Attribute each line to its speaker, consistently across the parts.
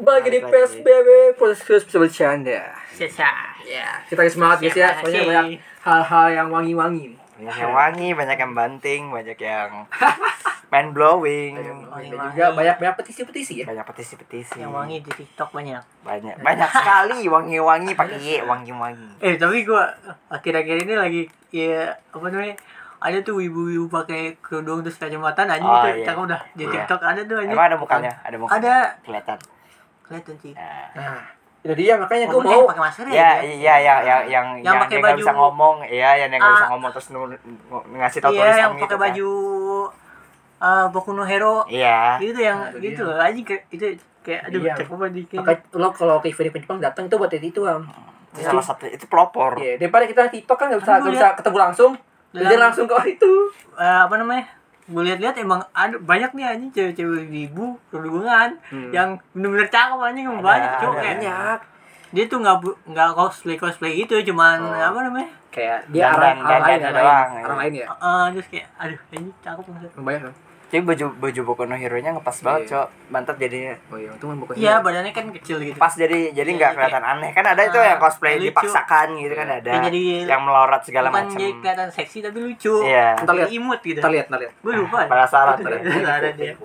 Speaker 1: lagi di
Speaker 2: Balik lagi.
Speaker 1: PSBB Podcast bisa bercanda
Speaker 3: Sisa.
Speaker 1: Ya, kita lagi semangat guys ya
Speaker 3: Terima
Speaker 1: Soalnya
Speaker 3: kasih.
Speaker 1: banyak hal-hal yang wangi-wangi
Speaker 2: banyak yang wangi banyak yang banting banyak yang mind blowing
Speaker 3: Iya,
Speaker 1: Hmm, Dan juga banyak-banyak petisi-petisi ya
Speaker 2: banyak petisi-petisi
Speaker 3: Yang wangi di TikTok banyak.
Speaker 2: banyak banyak sekali wangi-wangi pakai ye wangi-wangi
Speaker 3: Eh tapi gua akhir-akhir ini lagi ya apa namanya? Ada tuh ibu-ibu pakai kerudung terus kacamata anjing
Speaker 2: Oh, iya.
Speaker 3: itu kita udah di
Speaker 2: Iya.
Speaker 3: TikTok ada tuh anjing.
Speaker 2: emang ada mukanya ada mukanya
Speaker 3: Ada.
Speaker 2: kelihatan
Speaker 3: Kelihatan sih.
Speaker 2: Nah.
Speaker 1: Nah, itu dia makanya gue
Speaker 3: Ngomongnya
Speaker 1: mau
Speaker 3: pakai masker ya.
Speaker 2: Ya,
Speaker 3: dia?
Speaker 2: iya, ya, yang yang
Speaker 3: Yang
Speaker 2: yang,
Speaker 3: pakai
Speaker 2: dia nggak
Speaker 3: baju-
Speaker 2: bisa ngomong, iya, yang dia nggak bisa
Speaker 3: Ah.
Speaker 2: ngomong terus nu, nu- ngasih tau
Speaker 3: Iya,
Speaker 2: tulisan
Speaker 3: yang
Speaker 2: gitu
Speaker 3: pakai
Speaker 2: kan.
Speaker 3: baju eh Boku no Hero.
Speaker 2: Iya,
Speaker 3: Itu tuh yang
Speaker 1: Nah, itu
Speaker 3: gitu
Speaker 1: dia.
Speaker 3: loh anjing kayak- itu kayak aduh
Speaker 1: Iya.
Speaker 3: cek apa dikit.
Speaker 1: Makanya lo kalau ke event event Jepang datang itu buat itu itu am
Speaker 3: Iya.
Speaker 2: itu salah satu itu pelopor.
Speaker 1: Iya, daripada kita TikTok kan nggak bisa,
Speaker 3: Aduh,
Speaker 1: nggak
Speaker 2: ya.
Speaker 3: lihat.
Speaker 1: bisa ketemu langsung
Speaker 3: Lihat.
Speaker 1: Jadi langsung ke itu
Speaker 3: eh, apa namanya gue lihat-lihat emang ada banyak nih anjing cewek-cewek ibu kerudungan
Speaker 1: Hmm.
Speaker 3: yang bener-bener cakep anjing emang banyak
Speaker 2: ada,
Speaker 3: cowok
Speaker 2: ada.
Speaker 3: kayak
Speaker 1: Banyak
Speaker 3: dia tuh nggak bu- nggak cosplay cosplay gitu cuman
Speaker 2: Oh.
Speaker 3: apa namanya
Speaker 1: Kayak dia
Speaker 2: Dan-
Speaker 1: arah
Speaker 2: dan-
Speaker 1: arah
Speaker 2: dan-
Speaker 1: lain,
Speaker 2: dan
Speaker 1: arah
Speaker 2: doang,
Speaker 1: lain
Speaker 2: ya.
Speaker 1: Arah lain ya
Speaker 3: Eh, eh, terus kayak aduh ini cakep banget
Speaker 1: Banyak kan?
Speaker 2: Jadi baju baju Boku no Hero nya ngepas banget,
Speaker 1: Iya.
Speaker 2: Cok. Mantap jadinya.
Speaker 1: Oh iya, untung kan bukan
Speaker 3: iya badannya kan kecil gitu
Speaker 2: Pas jadi jadi nggak
Speaker 3: Iya,
Speaker 2: kelihatan aneh. Kan ada itu
Speaker 3: Ah,
Speaker 2: yang cosplay
Speaker 3: lucu.
Speaker 2: dipaksakan gitu kan
Speaker 1: Iya.
Speaker 2: ada.
Speaker 3: Yang jadi-
Speaker 2: Yang melorot segala
Speaker 3: bukan
Speaker 2: macam.
Speaker 3: jadi kelihatan seksi tapi lucu
Speaker 2: Iya.
Speaker 1: Ntar lihat.
Speaker 3: Kayak imut gitu
Speaker 1: Ntar lihat, ntar lihat
Speaker 3: gue lupa
Speaker 2: Penasaran, penasaran.
Speaker 3: penasaran dia
Speaker 2: Nggak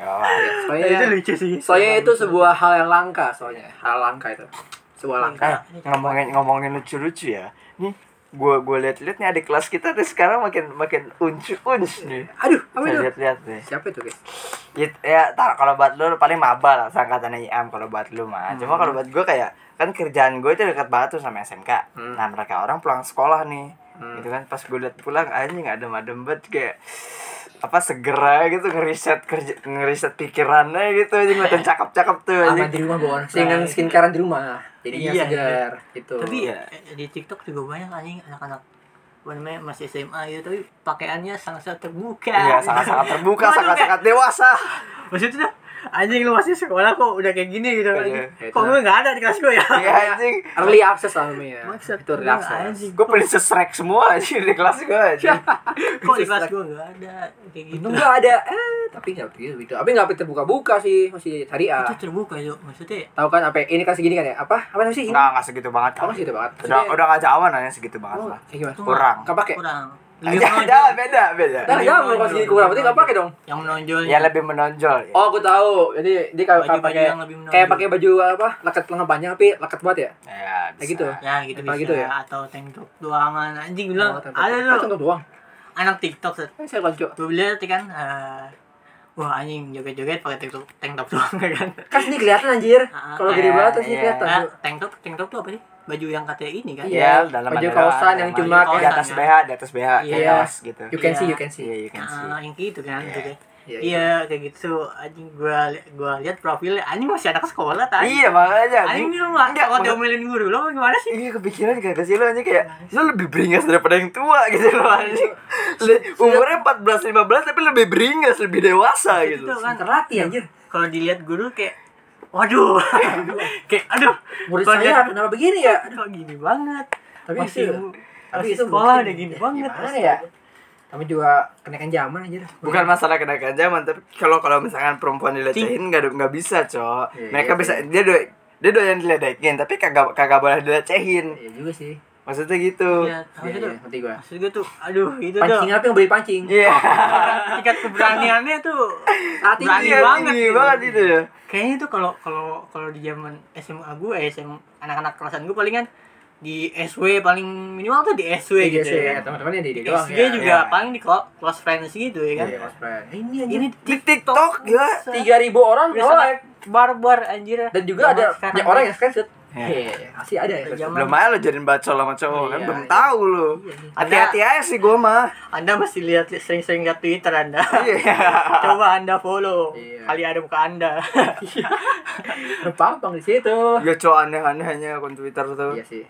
Speaker 2: apa-apa.
Speaker 1: Iya,
Speaker 2: Nah,
Speaker 3: Eh, itu
Speaker 1: Soalnya,
Speaker 3: lucu sih
Speaker 1: soalnya itu sebuah hal yang langka soalnya Hal langka itu Sebuah langka
Speaker 2: Eh, ngomongin ngomongin lucu-lucu ya. Nih, gue gue lihat-lihat nih adik kelas kita nih sekarang makin makin uncu uncu nih.
Speaker 1: Aduh, apa
Speaker 2: Saya
Speaker 1: itu?
Speaker 2: lihat-lihat nih.
Speaker 1: Siapa itu guys?
Speaker 2: It- ya tar kalau buat lu paling maba lah angkatannya IM kalau buat lu mah
Speaker 1: Hmm.
Speaker 2: cuma kalau buat gue kayak kan kerjaan gue itu dekat banget tuh sama SMK
Speaker 1: Hmm.
Speaker 2: nah mereka orang pulang sekolah nih
Speaker 1: Hmm.
Speaker 2: gitu kan pas gue liat pulang anjing ada madem banget kayak apa segera gitu ngeriset kerja ngeriset pikirannya gitu anjing ngeliatin cakep-cakep tuh
Speaker 1: Aman di
Speaker 2: anjing
Speaker 1: rumah bukan? Sehingga skincarean di rumah Jadinya
Speaker 3: Iya,
Speaker 1: segar gitu
Speaker 3: tapi
Speaker 2: Iya.
Speaker 3: eh, di TikTok juga banyak anjing anak-anak apa namanya masih SMA gitu tapi pakaiannya sangat-sangat terbuka
Speaker 2: Iya, sangat-sangat terbuka,
Speaker 3: Waduh,
Speaker 2: sangat-sangat dewasa.
Speaker 3: kayak- maksudnya anjing lu masih sekolah kok udah kayak gini gitu
Speaker 2: Iya,
Speaker 3: anjing.
Speaker 1: iya,
Speaker 3: kok
Speaker 1: itu.
Speaker 3: gue nggak ada di kelas gue ya
Speaker 2: Iya, anjing.
Speaker 1: Early access lah namanya
Speaker 3: Maksud
Speaker 1: Itu early
Speaker 3: gua
Speaker 1: access
Speaker 3: anjing
Speaker 2: Gue princess Shrek semua anjing di kelas gue anjing.
Speaker 3: kok di kelas gue nggak ada kayak gitu
Speaker 1: Untung nggak ada eh tapi nggak begitu gitu tapi nggak terbuka-buka sih masih syariah
Speaker 3: itu terbuka yuk maksudnya
Speaker 1: tahu kan apa ini kan segini kan ya apa apa namanya sih ini
Speaker 2: Enggak, enggak segitu banget.
Speaker 1: kamu sih itu banget
Speaker 2: Udah udah enggak jauh nanya segitu banget
Speaker 1: oh,
Speaker 2: lah.
Speaker 1: kayak gimana
Speaker 3: Tuh,
Speaker 2: Kurang.
Speaker 1: nggak pakai
Speaker 3: kurang Lebih
Speaker 2: Ada, ada,
Speaker 3: menonjol.
Speaker 2: beda, beda.
Speaker 1: Dah, jangan kalau segini kurang berarti nggak pakai dong
Speaker 3: yang menonjol
Speaker 2: Ya lebih menonjol. Ya.
Speaker 1: oh aku tahu jadi dia kayak
Speaker 3: Baju-baju
Speaker 1: pakai
Speaker 3: yang lebih menonjol.
Speaker 1: kayak pakai baju apa leket lengan panjang tapi leket banget ya
Speaker 2: Ya, bisa.
Speaker 1: Kayak gitu.
Speaker 3: ya gitu
Speaker 1: Emang
Speaker 3: bisa
Speaker 1: gitu ya?
Speaker 3: atau tank top doangan anjing bilang
Speaker 1: Oh,
Speaker 3: ada
Speaker 1: Ah,
Speaker 3: tuh
Speaker 1: contoh doang
Speaker 3: anak TikTok Seth.
Speaker 1: Eh, saya lanjut
Speaker 3: gue beli tadi kan eh, wah anjing joget-joget pakai tank top tank top doang ya kan
Speaker 1: kan sini kelihatan anjir
Speaker 3: Ah,
Speaker 1: kalau gede
Speaker 2: iya,
Speaker 1: banget sih
Speaker 2: iya.
Speaker 1: kelihatan
Speaker 3: nah, tank top tank top tuh apa sih baju yang katanya ini kan
Speaker 1: Iya,
Speaker 2: Iya, dalam
Speaker 1: baju
Speaker 2: ada
Speaker 1: kaosan
Speaker 2: doang,
Speaker 1: yang
Speaker 2: emang.
Speaker 1: cuma
Speaker 3: Baju
Speaker 2: di
Speaker 1: kayak
Speaker 3: kaosan.
Speaker 2: atas
Speaker 3: ya.
Speaker 2: BH, di atas BH, di
Speaker 1: Iya.
Speaker 2: atas gitu.
Speaker 1: you can see you
Speaker 3: Iya.
Speaker 1: can see
Speaker 2: Iya, you can see.
Speaker 3: Ah, yang gitu kan
Speaker 2: Iya.
Speaker 3: gitu.
Speaker 1: Iya,
Speaker 3: iya kayak gitu anjing gua li- gua lihat profilnya anjing masih anak sekolah
Speaker 1: Ah,
Speaker 3: tadi
Speaker 2: Iya, makanya anjing.
Speaker 3: anjing lu nggak
Speaker 2: Enggak,
Speaker 3: nggak
Speaker 2: maksud-
Speaker 3: diomelin guru lo gimana sih
Speaker 2: Iya kepikiran gak sih lo anjing kayak lo lebih beringas daripada yang tua gitu lo anjing.
Speaker 1: Iya.
Speaker 2: Le- Umurnya 14 15 tapi lebih beringas, lebih dewasa
Speaker 1: Iya,
Speaker 3: Itu
Speaker 2: gitu.
Speaker 3: tuh kan
Speaker 1: terlatih anjir
Speaker 3: kalau dilihat guru kayak waduh kayak aduh
Speaker 1: murid
Speaker 3: Kalau
Speaker 1: saya
Speaker 3: dia-
Speaker 1: kenapa begini ya
Speaker 3: kok gini banget
Speaker 1: Tapi
Speaker 3: masih
Speaker 1: itu-
Speaker 3: tapi sekolah
Speaker 1: mungkin-
Speaker 3: udah gini
Speaker 1: ya,
Speaker 3: banget Iya,
Speaker 1: gimana ya kami juga kenaikan zaman aja dah.
Speaker 2: Bukan masalah kenakan zaman tapi kalau kalau misalkan perempuan dilecehin nggak ada- nggak bisa, Cok.
Speaker 1: Iya,
Speaker 2: Mereka
Speaker 1: iya
Speaker 2: bisa dia do dia doyan diledekin tapi kagak kagak boleh dilecehin.
Speaker 1: Iya juga sih.
Speaker 2: Maksudnya gitu.
Speaker 3: Iya,
Speaker 1: Iya,
Speaker 3: maksud
Speaker 1: iya,
Speaker 3: tuh-
Speaker 1: ngerti gua.
Speaker 3: maksud gua tuh aduh itu tuh
Speaker 1: Pancing apa yang beri pancing?
Speaker 2: Iya.
Speaker 1: Oh,
Speaker 3: tingkat keberaniannya tuh
Speaker 1: Saat ini
Speaker 3: Berani
Speaker 2: Iya,
Speaker 3: banget
Speaker 2: tinggi
Speaker 3: gitu.
Speaker 2: banget itu ya.
Speaker 3: kayaknya tuh kalau kalau kalau di zaman SMA gue eh, SMA anak-anak kelasan gue palingan di SW paling minimal tuh di SW
Speaker 1: Iya,
Speaker 3: gitu
Speaker 1: sih,
Speaker 3: ya.
Speaker 1: teman-teman yang di di
Speaker 3: Di
Speaker 1: doang
Speaker 3: SG
Speaker 1: ya.
Speaker 3: juga
Speaker 2: Iya.
Speaker 3: paling di clo- close friends gitu ya kan.
Speaker 1: Iya, Iya, cosplay. Ini
Speaker 3: Ini
Speaker 1: anjir.
Speaker 2: Di TikTok ya.
Speaker 1: Tiga ribu orang
Speaker 3: Udah sangat barbar anjir.
Speaker 1: Oh. dan juga
Speaker 3: Zaman
Speaker 1: ada
Speaker 3: sekarang.
Speaker 1: banyak orang yang screenshot.
Speaker 2: Iya.
Speaker 1: Iya, masih ada ya.
Speaker 3: Zaman-
Speaker 2: Belum aja lo jadiin bacol sama cowok kan
Speaker 1: Iya,
Speaker 2: belum
Speaker 1: iya.
Speaker 2: tahu lo.
Speaker 1: Iya, iya.
Speaker 2: Hati-hati aja sih gua mah.
Speaker 3: Anda masih lihat sering-sering lihat Twitter Anda.
Speaker 2: Iya.
Speaker 3: Coba Anda follow.
Speaker 1: Iya.
Speaker 3: Kali ada muka Anda.
Speaker 1: Berpampang di situ.
Speaker 2: Ya cowok aneh-anehnya akun Twitter tuh.
Speaker 1: Iya sih.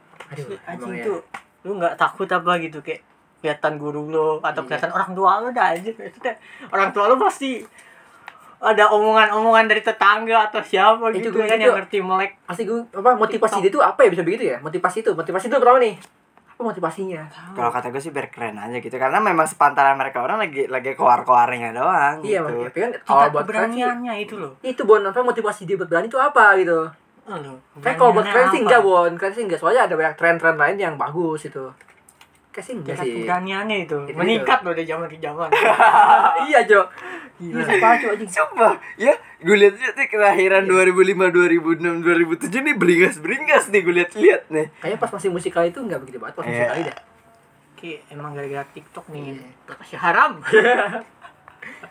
Speaker 1: Aduh, emang
Speaker 3: Anjing
Speaker 1: ya.
Speaker 3: tuh lu nggak takut apa gitu kayak kelihatan guru lo
Speaker 1: Iya.
Speaker 3: atau kelihatan orang tua lo dah anjir Maksudnya, orang tua lo pasti ada omongan-omongan dari tetangga atau siapa
Speaker 1: Itu
Speaker 3: gitu
Speaker 1: gue
Speaker 3: kan
Speaker 1: juga.
Speaker 3: yang ngerti melek
Speaker 1: Pasti gue apa motivasi dia tuh apa ya bisa begitu ya? Motivasi itu, motivasi itu pertama nih. Apa motivasinya?
Speaker 2: Kalau kata gue sih biar keren aja gitu karena memang sepantaran mereka orang lagi lagi keluar-keluarnya doang
Speaker 1: Iya,
Speaker 2: gitu.
Speaker 1: makanya tapi kan
Speaker 3: Tingkat
Speaker 1: kalau buat keren sih,
Speaker 3: keberaniannya itu loh.
Speaker 1: itu Bon, apa motivasi dia buat berani itu apa gitu?
Speaker 3: Eh, loh,
Speaker 1: Tapi kalau buat keren
Speaker 3: keberaniannya
Speaker 1: sih
Speaker 3: apa?
Speaker 1: enggak Bon, keren sih enggak soalnya ada banyak tren-tren lain yang bagus itu. Kayak sih enggak
Speaker 3: Tingkat
Speaker 1: sih.
Speaker 3: keberaniannya itu
Speaker 1: Itu
Speaker 3: meningkat loh dari zaman ke zaman.
Speaker 1: iya, Jo. Iya, siapa Jo anjing?
Speaker 2: Coba ya, gue lihat-lihat nih kelahiran
Speaker 1: Iya.
Speaker 2: 2005, 2006, 2007 nih beringas-beringas nih gue lihat-lihat nih.
Speaker 1: Kayaknya pas masih musikal itu enggak begitu banget pas
Speaker 2: Iya.
Speaker 1: musikal dah.
Speaker 3: Oke, emang gara-gara TikTok nih. Iya,
Speaker 1: Iya.
Speaker 3: Kasih haram.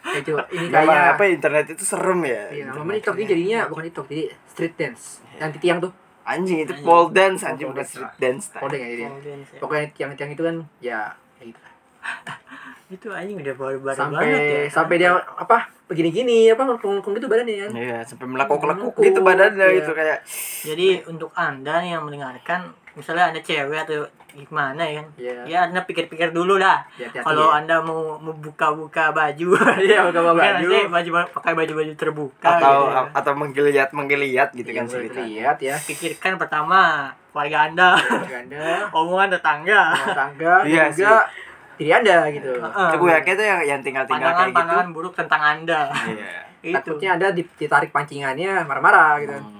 Speaker 1: Ya, Jo, ini
Speaker 2: Memang
Speaker 1: kayaknya
Speaker 2: apa internet itu serem ya.
Speaker 1: Iya, namanya
Speaker 2: internet
Speaker 1: TikTok ini
Speaker 2: ini.
Speaker 1: jadinya bukan TikTok, jadi street dance. Yang di tiang tuh,
Speaker 2: Anjing itu
Speaker 3: Anjing.
Speaker 2: pole dance anjing
Speaker 1: Pole
Speaker 2: bukan
Speaker 1: dance,
Speaker 2: street
Speaker 1: lah.
Speaker 2: dance. tai.
Speaker 1: kodeng ya jadi.
Speaker 3: Audience ya.
Speaker 1: Pokoknya tiang-tiang itu kan ya kayak gitu.
Speaker 3: Itu anjing udah baru-baru
Speaker 1: Sampai
Speaker 3: banget ya.
Speaker 1: sampai dia apa begini-gini apa melengkung gitu badannya kan.
Speaker 2: Iya, sampai melekuk-lekuk
Speaker 1: Melekuk,
Speaker 2: gitu badannya
Speaker 1: iya.
Speaker 2: gitu kayak
Speaker 3: Jadi untuk Anda nih yang mendengarkan, misalnya Anda cewek atau gimana ya kan?
Speaker 1: Iya.
Speaker 3: Ya Anda pikir-pikir dulu lah.
Speaker 1: Hati-hati,
Speaker 3: Kalau
Speaker 1: ya.
Speaker 3: Anda mau buka-buka baju.
Speaker 1: Iya, buka-buka
Speaker 3: Kan
Speaker 1: baju.
Speaker 3: nanti baju pakai baju-baju terbuka
Speaker 2: atau
Speaker 3: gitu ya.
Speaker 2: atau menggeliat-menggeliat
Speaker 1: Ah,
Speaker 2: gitu
Speaker 1: Iya,
Speaker 2: kan
Speaker 1: boleh
Speaker 2: ceritanya.
Speaker 1: lihat ya.
Speaker 3: pikirkan pertama keluarga Anda,
Speaker 1: Ganda,
Speaker 3: omongan tetangga,
Speaker 1: tangga,
Speaker 2: Iya,
Speaker 1: dan juga diri Anda gitu.
Speaker 2: Itu gue yakin tuh yang yang tinggal-tinggal kayak gitu.
Speaker 3: pandangan-pandangan buruk tentang Anda.
Speaker 2: Iya.
Speaker 3: Itu.
Speaker 1: Takutnya Anda di- ditarik pancingannya marah-marah gitu.
Speaker 2: Hmm.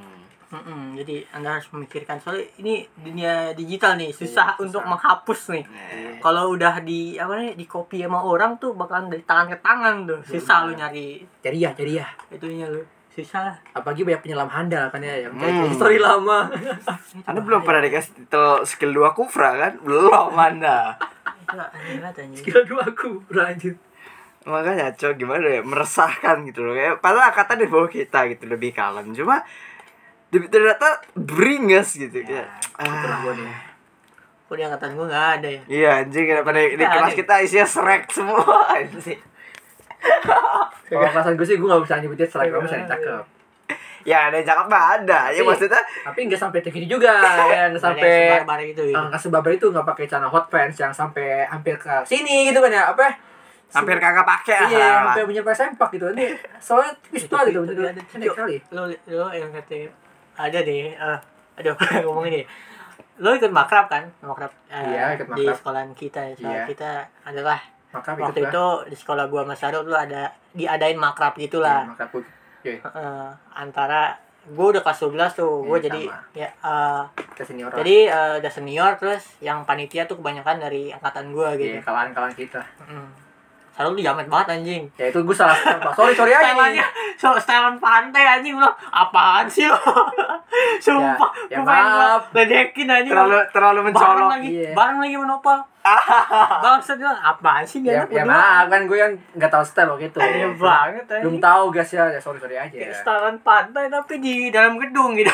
Speaker 3: Mm-mm, jadi Anda harus memikirkan soalnya ini dunia digital nih susah
Speaker 1: Iya,
Speaker 3: untuk
Speaker 1: susah.
Speaker 3: menghapus nih.
Speaker 2: Iya.
Speaker 3: Kalau udah di apa nih di copy sama orang tuh bakalan dari tangan ke tangan tuh. Susah lu nyari
Speaker 1: Jariah, jariah.
Speaker 3: itunya lu. Susah.
Speaker 1: Apalagi banyak penyelam handal kan ya yang cari
Speaker 2: Hmm.
Speaker 1: story lama.
Speaker 2: Anda belum pernah dikasih titel skill 2 kufra kan? Belum Anda.
Speaker 3: Itu aneh banget anjing.
Speaker 1: Kira dua aku berlanjut.
Speaker 2: Makanya cowok gimana ya meresahkan gitu loh. Kayak padahal kata di bawah kita gitu lebih kalem. Cuma di- ternyata beringas gitu
Speaker 1: Ya,
Speaker 2: ya.
Speaker 1: itulah gue nih.
Speaker 3: Kok di angkatan gua enggak ada ya?
Speaker 2: Iya anjing kenapa di, di
Speaker 3: Nah,
Speaker 2: kelas
Speaker 3: aneh.
Speaker 2: kita isinya srek semua anjing.
Speaker 1: Kalau kelasan gue sih gue gak bisa nyebutin selain
Speaker 3: Iya.
Speaker 1: kamu saya cakep.
Speaker 2: Ya ada yang cakep mah ada. Ya
Speaker 1: Tapi-
Speaker 2: maksudnya
Speaker 1: Tapi nggak sampai terkini juga ya, nggak sampai Ah.
Speaker 3: bar gitu ya.
Speaker 1: angka sebabar itu nggak pakai celana hot pants yang sampai hampir ke sini gitu kan ya apa?
Speaker 2: hampir kagak pakai lah.
Speaker 1: Iya, yang sampai punya sempak gitu. Ini soalnya tipis banget gitu, bener
Speaker 3: Ada.
Speaker 1: pendek sekali.
Speaker 3: Lu lu yang kata ya, ada deh. eh, aduh, ngomongin deh. Lu ikut makrab kan? Makrab. eh,
Speaker 1: Iya, ikut
Speaker 3: Di
Speaker 1: makrab.
Speaker 3: sekolahan kita ya. Sekolah
Speaker 1: Iya.
Speaker 3: kita adalah
Speaker 1: Maka ikut
Speaker 3: waktu
Speaker 1: lah.
Speaker 3: itu di sekolah gua sama Syarul tuh ada diadain makrab
Speaker 1: Iya,
Speaker 3: gitulah
Speaker 1: Maka aku
Speaker 3: Eh, antara gua udah kelas 12 tuh gua
Speaker 1: Iya,
Speaker 3: jadi
Speaker 1: sama.
Speaker 3: ya eh,
Speaker 1: ke sini orang.
Speaker 3: jadi eh, udah senior terus yang panitia tuh kebanyakan dari angkatan gua
Speaker 1: Iya,
Speaker 3: gitu
Speaker 1: kalangan-kalangan kita.
Speaker 3: Mm. Syarul tuh jamet banget anjing
Speaker 1: Ya itu gue salah sempak. Sorry, sorry aja
Speaker 3: Stelannya,
Speaker 1: nih.
Speaker 3: so stelan pantai anjing gua bilang, apaan sih lo? Sumpah,
Speaker 1: Ya, ya
Speaker 3: gua pengen gua
Speaker 1: maaf.
Speaker 3: ledekin anjing.
Speaker 2: terlalu terlalu
Speaker 3: bareng
Speaker 2: mencolok.
Speaker 3: lagi,
Speaker 1: iya.
Speaker 3: bareng lagi menopal. Bangsa bilang, apaan sih
Speaker 1: Ya,
Speaker 3: gak enak
Speaker 1: ya
Speaker 3: berdua?"
Speaker 1: maaf kan gue yang nggak tahu style waktu itu.
Speaker 3: Aneh banget
Speaker 1: Belum
Speaker 3: anjing.
Speaker 1: tahu guys ya, ya sorry sorry aja.
Speaker 3: Kayak setelan pantai tapi di dalam gedung gitu.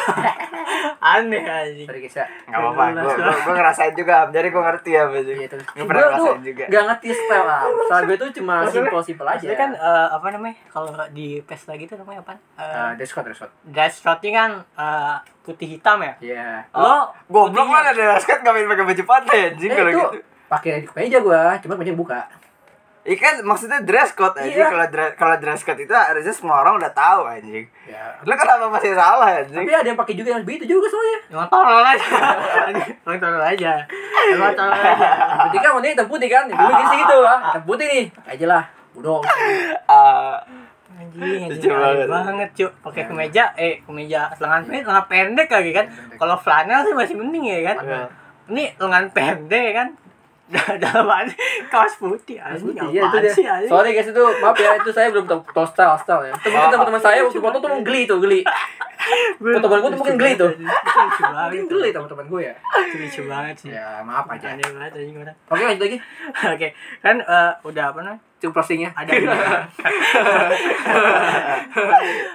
Speaker 3: Aneh anjing.
Speaker 1: Sorry guys ya.
Speaker 2: Gak apa-apa, gue gue ngerasain juga, Am. jadi gue ngerti ya Am.
Speaker 1: Iya terus.
Speaker 2: Gue
Speaker 1: Gue
Speaker 2: pernah
Speaker 1: tuh
Speaker 2: ngerasain juga.
Speaker 1: gak ngerti style lah. Style gue tuh cuma
Speaker 3: Maksudnya-
Speaker 1: simple simple aja.
Speaker 3: Maksudnya kan eh, apa namanya? Kalau di pesta gitu namanya apa?
Speaker 1: Eh, dress code dress code.
Speaker 3: dress code-nya kan eh, putih hitam ya.
Speaker 1: Iya.
Speaker 3: Lo
Speaker 2: Oh,
Speaker 3: ya?
Speaker 2: Goblok ya,
Speaker 3: putihnya-
Speaker 2: mana ada raskat gak main pakai baju pantai anjing
Speaker 1: Eh,
Speaker 2: kalau
Speaker 1: itu
Speaker 2: gitu.
Speaker 1: pakai kemeja gua, cuma kemeja buka.
Speaker 2: Ikan kan, maksudnya dress code
Speaker 1: Iya.
Speaker 2: anjing kalau dress kalau dress code itu harusnya semua orang udah tahu anjing.
Speaker 1: Ya.
Speaker 2: Lo kenapa masih salah anjing?
Speaker 1: Tapi ada yang pakai juga yang begitu juga soalnya.
Speaker 3: Emang Ya, tolol aja. Emang tolol aja. Emang tolol aja.
Speaker 1: Berarti kan warnanya hitam putih kan? Dulu gini sih gitu, ah. Hitam putih nih. Aja lah. Bodoh.
Speaker 2: Ah,
Speaker 3: Anjing, anjing
Speaker 2: Lucu
Speaker 3: aneh
Speaker 2: banget.
Speaker 3: banget, Cuk. Pakai kemeja, eh kemeja lengan pendek, lengan pendek lagi kan. Kalau flanel sih masih mending ya kan.
Speaker 2: Iya.
Speaker 3: Ini lengan pendek ya kan. Dalam hati kaos putih anjing.
Speaker 1: Iya, itu
Speaker 3: apaan
Speaker 1: dia.
Speaker 3: sih anjing?
Speaker 1: Sorry guys itu maaf ya itu saya belum tahu tahu style style ya. Tapi mungkin
Speaker 2: Oh.
Speaker 1: teman-teman saya waktu foto tuh geli tuh geli. Teman-teman gua tuh mungkin geli tuh.
Speaker 3: Lucu banget.
Speaker 1: Mungkin geli teman-teman gue ya.
Speaker 3: Lucu banget sih.
Speaker 1: Ya maaf aja.
Speaker 3: Aneh banget gitu. anjing orang.
Speaker 1: Oke lanjut lagi.
Speaker 3: Oke, kan eh, udah apa namanya?
Speaker 1: Cuk closingnya.
Speaker 3: Ada ada-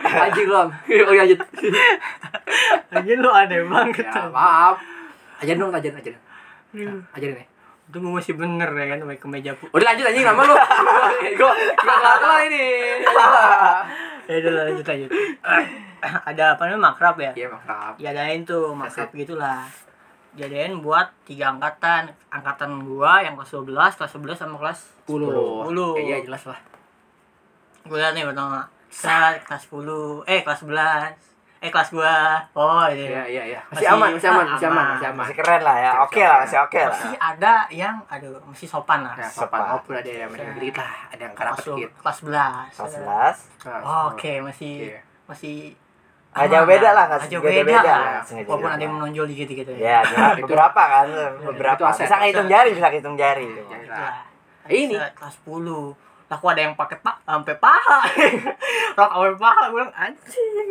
Speaker 1: Anjing lu. Am. Oke lanjut.
Speaker 3: Anjing lu aneh
Speaker 1: Ya
Speaker 3: banget. anjing. Iya.
Speaker 1: maaf. Ajarin dong ajarin ajarin. Ajarin ya.
Speaker 3: Itu gua masih bener ya kan pakai kemeja putih.
Speaker 1: Udah lanjut anjing lama lu. Gue gua kelar ini.
Speaker 3: Ya udah lah, lanjut lanjut. ada apa namanya makrab ya?
Speaker 1: Iya maaf.
Speaker 3: Diadain tuh makrab gitulah. Diadain buat tiga angkatan. Angkatan gua yang kelas 12, kelas 11 sama kelas
Speaker 1: 10.
Speaker 3: 10.
Speaker 1: Iya jelas lah.
Speaker 3: Gua liat nih pertama. Set, Eh, kelas 10, eh kelas 11. eh kelas gua oh
Speaker 1: Iya,
Speaker 3: iya
Speaker 1: iya, iya. Masih aman, masih aman, masih aman, masih aman.
Speaker 2: masih keren lah ya oke lah masih oke lah Ya,
Speaker 3: masih ada yang aduh masih sopan lah
Speaker 1: Nah,
Speaker 2: Sopan.
Speaker 1: sopan maupun ada yang main dikit lah, ada yang Nah, karat
Speaker 3: kelas
Speaker 1: sedikit.
Speaker 3: kelas 11
Speaker 2: kelas sebelas
Speaker 1: Nah,
Speaker 3: Oh, oke masih
Speaker 1: Iya.
Speaker 3: masih
Speaker 2: Nggak jauh beda lah, nggak
Speaker 3: nggak
Speaker 2: jauh
Speaker 3: jauh
Speaker 2: beda
Speaker 3: beda,
Speaker 2: lah.
Speaker 3: lah.
Speaker 2: Sengaja
Speaker 3: walaupun
Speaker 2: beda.
Speaker 3: ada yang menonjol dikit gitu
Speaker 2: ya cuma
Speaker 1: Itu-
Speaker 2: beberapa kan beberapa
Speaker 1: itu aset,
Speaker 2: bisa nggak hitung
Speaker 3: aset.
Speaker 2: jari bisa hitung jari
Speaker 1: Jari.
Speaker 2: Iya.
Speaker 3: Itulah.
Speaker 1: Ini.
Speaker 3: Se- kelas 10 lah kok ada yang pakai pak sampai paha rok sampai paha gue bilang anjing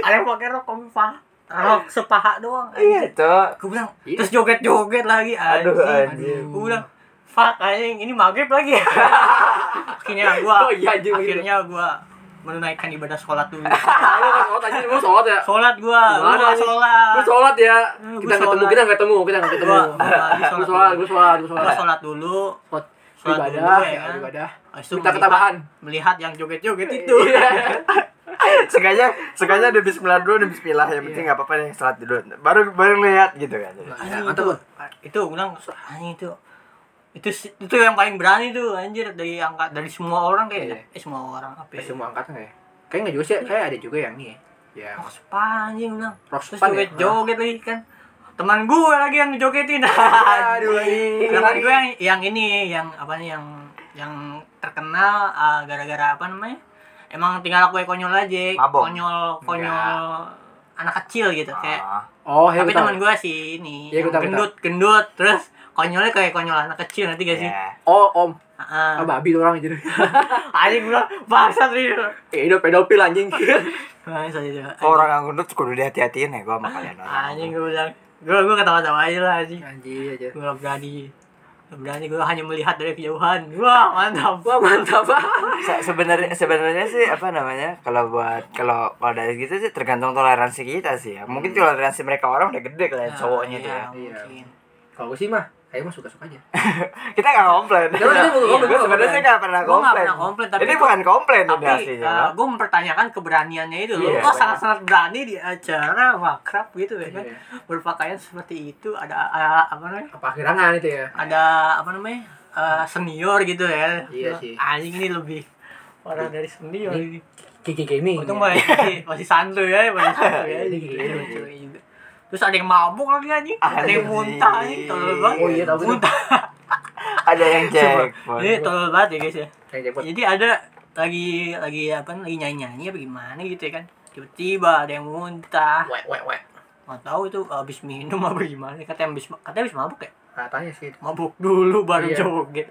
Speaker 3: ada yang pakai rok sampai paha rok sepaha doang
Speaker 2: iya
Speaker 3: anjing
Speaker 2: itu
Speaker 3: gue bilang
Speaker 1: Iya.
Speaker 3: terus joget joget lagi anjing,
Speaker 2: Aduh, anjing.
Speaker 3: gue bilang fuck anjing ini maghrib lagi akhirnya gue
Speaker 1: Oh, iya, anjing, begitu.
Speaker 3: akhirnya gue menunaikan ibadah sholat dulu
Speaker 1: Lu kan sholat aja, lu sholat ya.
Speaker 3: sholat gue
Speaker 1: Gimana,
Speaker 3: gue nggak
Speaker 1: anjing?
Speaker 3: sholat
Speaker 1: Lu sholat ya.
Speaker 3: Eh, gua
Speaker 1: Kita ketemu,
Speaker 3: sholat.
Speaker 1: kita nggak ketemu, kita nggak ketemu.
Speaker 3: Gua- gua lagi
Speaker 1: Lu
Speaker 3: sholat
Speaker 1: sholat,
Speaker 3: dulu.
Speaker 1: lu sholat, lu
Speaker 3: Gua
Speaker 1: sholat.
Speaker 3: sholat dulu
Speaker 1: Sholat
Speaker 3: sholat
Speaker 1: ibadah,
Speaker 3: dulu, ya
Speaker 1: ya,
Speaker 3: kan?
Speaker 1: ibadah.
Speaker 3: Habis itu
Speaker 1: Minta
Speaker 3: melihat-
Speaker 1: ketabahan.
Speaker 3: melihat yang joget-joget itu
Speaker 1: Iya.
Speaker 2: sengaja sengaja ada bismillah dulu ada bismillah yang penting nggak apa-apa nih sholat dulu baru baru lihat gitu kan
Speaker 3: Anjing,
Speaker 1: Mantap,
Speaker 3: itu
Speaker 1: lu.
Speaker 3: itu gua bilang anjing itu itu si- itu yang paling berani tuh anjir dari angkat dari semua orang
Speaker 1: Iya.
Speaker 3: kayak eh semua orang apa
Speaker 1: Eh,
Speaker 3: ya
Speaker 1: semua angkatan ya. Kayaknya nggak juga sih, kayak ada juga yang nih. Ya,
Speaker 3: Rock spa anjing gua bilang
Speaker 1: Rock
Speaker 3: terus
Speaker 1: spa ya?
Speaker 3: joget-joget lagi kan teman gue lagi yang jogetin
Speaker 1: Aduh, anjing.
Speaker 3: teman gue yang, yang ini yang apa nih yang yang terkenal ah, gara-gara apa namanya emang tinggal aku yang konyol aja
Speaker 2: Mabok.
Speaker 3: konyol konyol anak kecil gitu kayak
Speaker 2: Ah.
Speaker 1: Oh, ya, gua
Speaker 3: tapi
Speaker 1: tahu.
Speaker 3: teman gue sih ini
Speaker 1: Iya, gua tahu,
Speaker 3: gendut gendut terus konyolnya kayak konyol anak kecil nanti gak sih
Speaker 2: Ya.
Speaker 1: Oh, om.
Speaker 3: Heeh.
Speaker 1: Ah, babi tuh orang jadi.
Speaker 3: aja gue bahasa tadi
Speaker 1: Eh, udah pedofil anjing.
Speaker 3: bahasa itu
Speaker 2: Oh, orang yang gendut kudu dihati-hatiin ya gua sama kalian orang.
Speaker 3: anjing gue bilang gue gue ketawa-tawa aja lah anjing
Speaker 1: Anjing aja.
Speaker 3: gue gak berani Gak berani gue hanya melihat dari kejauhan wah mantap
Speaker 1: Wah, mantap.
Speaker 2: Se- sebenarnya sebenarnya sih apa namanya kalau buat kalau kalau dari gitu sih tergantung toleransi kita sih ya mungkin toleransi mereka orang udah gede lah ya, cowoknya tuh ya
Speaker 3: Nah, iya, mungkin.
Speaker 1: Kalau gue sih mah, kayak mah suka-suka aja.
Speaker 2: kita nggak komplain
Speaker 1: Kita kita bukan komplain,
Speaker 2: gue
Speaker 1: bukan
Speaker 2: sebenarnya
Speaker 1: komplain.
Speaker 2: nggak pernah
Speaker 3: Iya. Gua nggak
Speaker 2: komplain
Speaker 3: pernah komplain, tapi
Speaker 2: ini
Speaker 3: gua-
Speaker 2: bukan komplain
Speaker 3: tapi eh,
Speaker 2: udah sih ya
Speaker 3: gue mempertanyakan keberaniannya itu loh
Speaker 2: Iya,
Speaker 3: kok
Speaker 2: benar.
Speaker 3: sangat-sangat berani di acara wakrab gitu ya kan
Speaker 1: Iya.
Speaker 3: berpakaian seperti itu ada ada- apa namanya
Speaker 1: Apa kirangan itu ya?
Speaker 3: ada apa namanya eh, senior gitu ya
Speaker 1: Iya sih.
Speaker 3: anjing ini lebih orang dari senior ini
Speaker 1: Kiki gaming.
Speaker 3: untung ya. masih masih santuy ya masih santuy ya
Speaker 1: Iya,
Speaker 3: gitu
Speaker 1: iya, iya.
Speaker 3: cewek juga terus ada yang mabuk lagi anjing ada
Speaker 2: Anjing.
Speaker 3: yang muntah anjing tolol banget
Speaker 1: Oh iya, tahu gue tuh.
Speaker 3: muntah
Speaker 2: ada yang cek
Speaker 3: ini tolol banget ya guys ya
Speaker 1: Kayak jackpot.
Speaker 3: jadi ada lagi lagi apa lagi nyanyi nyanyi apa gimana gitu ya kan tiba-tiba ada yang muntah
Speaker 1: Wek wek wek.
Speaker 3: nggak tahu itu abis minum apa gimana katanya abis katanya abis mabuk ya
Speaker 1: Katanya sih gitu. itu.
Speaker 3: mabuk dulu baru
Speaker 1: Iya.
Speaker 3: joget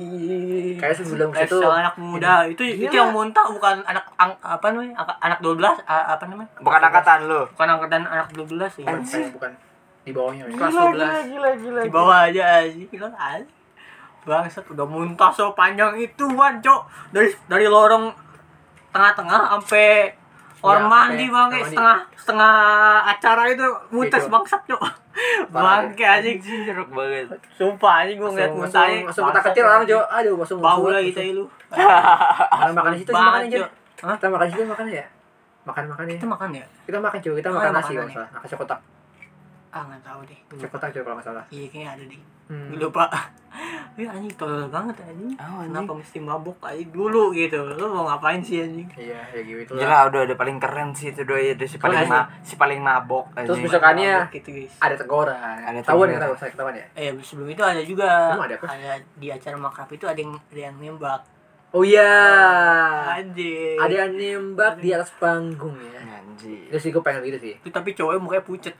Speaker 3: anjing
Speaker 1: Kayak gitu. Iya. sebelum
Speaker 3: Eh,
Speaker 1: itu.
Speaker 3: soal anak muda itu itu
Speaker 1: Gila.
Speaker 3: yang muntah bukan anak ang- apa namanya ang- anak 12 a- apa namanya
Speaker 2: bukan angkatan lu
Speaker 3: bukan angkatan anak 12 ya
Speaker 1: Bukan, kayak bukan di bawahnya. ya.
Speaker 3: kelas 12
Speaker 2: gila gila
Speaker 3: di bawah aja anjing Gila, anjing. bangsat udah muntah sepanjang itu wan cok dari dari lorong tengah-tengah sampai
Speaker 1: Ya,
Speaker 3: orang
Speaker 1: sampai
Speaker 3: mandi bang
Speaker 1: kamar mandi.
Speaker 3: setengah setengah acara itu muntah
Speaker 1: Gitu.
Speaker 3: bangsat cok
Speaker 1: Parah,
Speaker 3: bangke anjing
Speaker 2: jeruk banget
Speaker 3: sumpah anjing gua ngeliat
Speaker 1: Langsung-
Speaker 3: muntahnya
Speaker 1: langsung mata kecil orang Jo. Aduh, langsung
Speaker 3: bau
Speaker 1: langsung-
Speaker 3: lagi tai lu
Speaker 1: Orang makan di situ sih makan aja.
Speaker 3: Banget, Jo. Hah?
Speaker 1: Kita makan di situ makan ya. Makan makan ya.
Speaker 3: kita makan ya
Speaker 1: Kita makan cuy, kita
Speaker 3: Oh,
Speaker 1: makan
Speaker 3: ada
Speaker 1: nasi kalau
Speaker 3: makanan
Speaker 1: nggak salah. Makan kotak,
Speaker 3: ah nggak tahu deh
Speaker 1: kotak cuy kalau nggak salah.
Speaker 3: iya kayaknya ada deh
Speaker 1: Hmm.
Speaker 3: Gue lupa Iya anjing tolol banget anjing
Speaker 2: Oh, anjing.
Speaker 3: Kenapa mesti mabok anjing dulu gitu Lu mau ngapain sih anjing
Speaker 1: Iya, ya gitu lah.
Speaker 2: Gila udah udah paling keren sih itu doi itu si
Speaker 1: Keren.
Speaker 2: paling ma si paling mabok
Speaker 1: Terus
Speaker 2: anjing.
Speaker 1: besok- Besokannya.
Speaker 3: Mabok gitu guys
Speaker 1: Ada teguran.
Speaker 2: Ada
Speaker 1: Tahuan
Speaker 2: teguran.
Speaker 1: kita usah ketahuan ya.
Speaker 3: Eh sebelum itu ada juga
Speaker 1: Emang ada apa?
Speaker 3: di acara makrab itu ada yang ada yang nembak
Speaker 1: Oh iya.
Speaker 3: Anjing
Speaker 1: Ada yang nembak di atas panggung ya.
Speaker 2: Anjing.
Speaker 1: Itu sih gue pengen gitu sih.
Speaker 3: itu tapi cowoknya mukanya pucet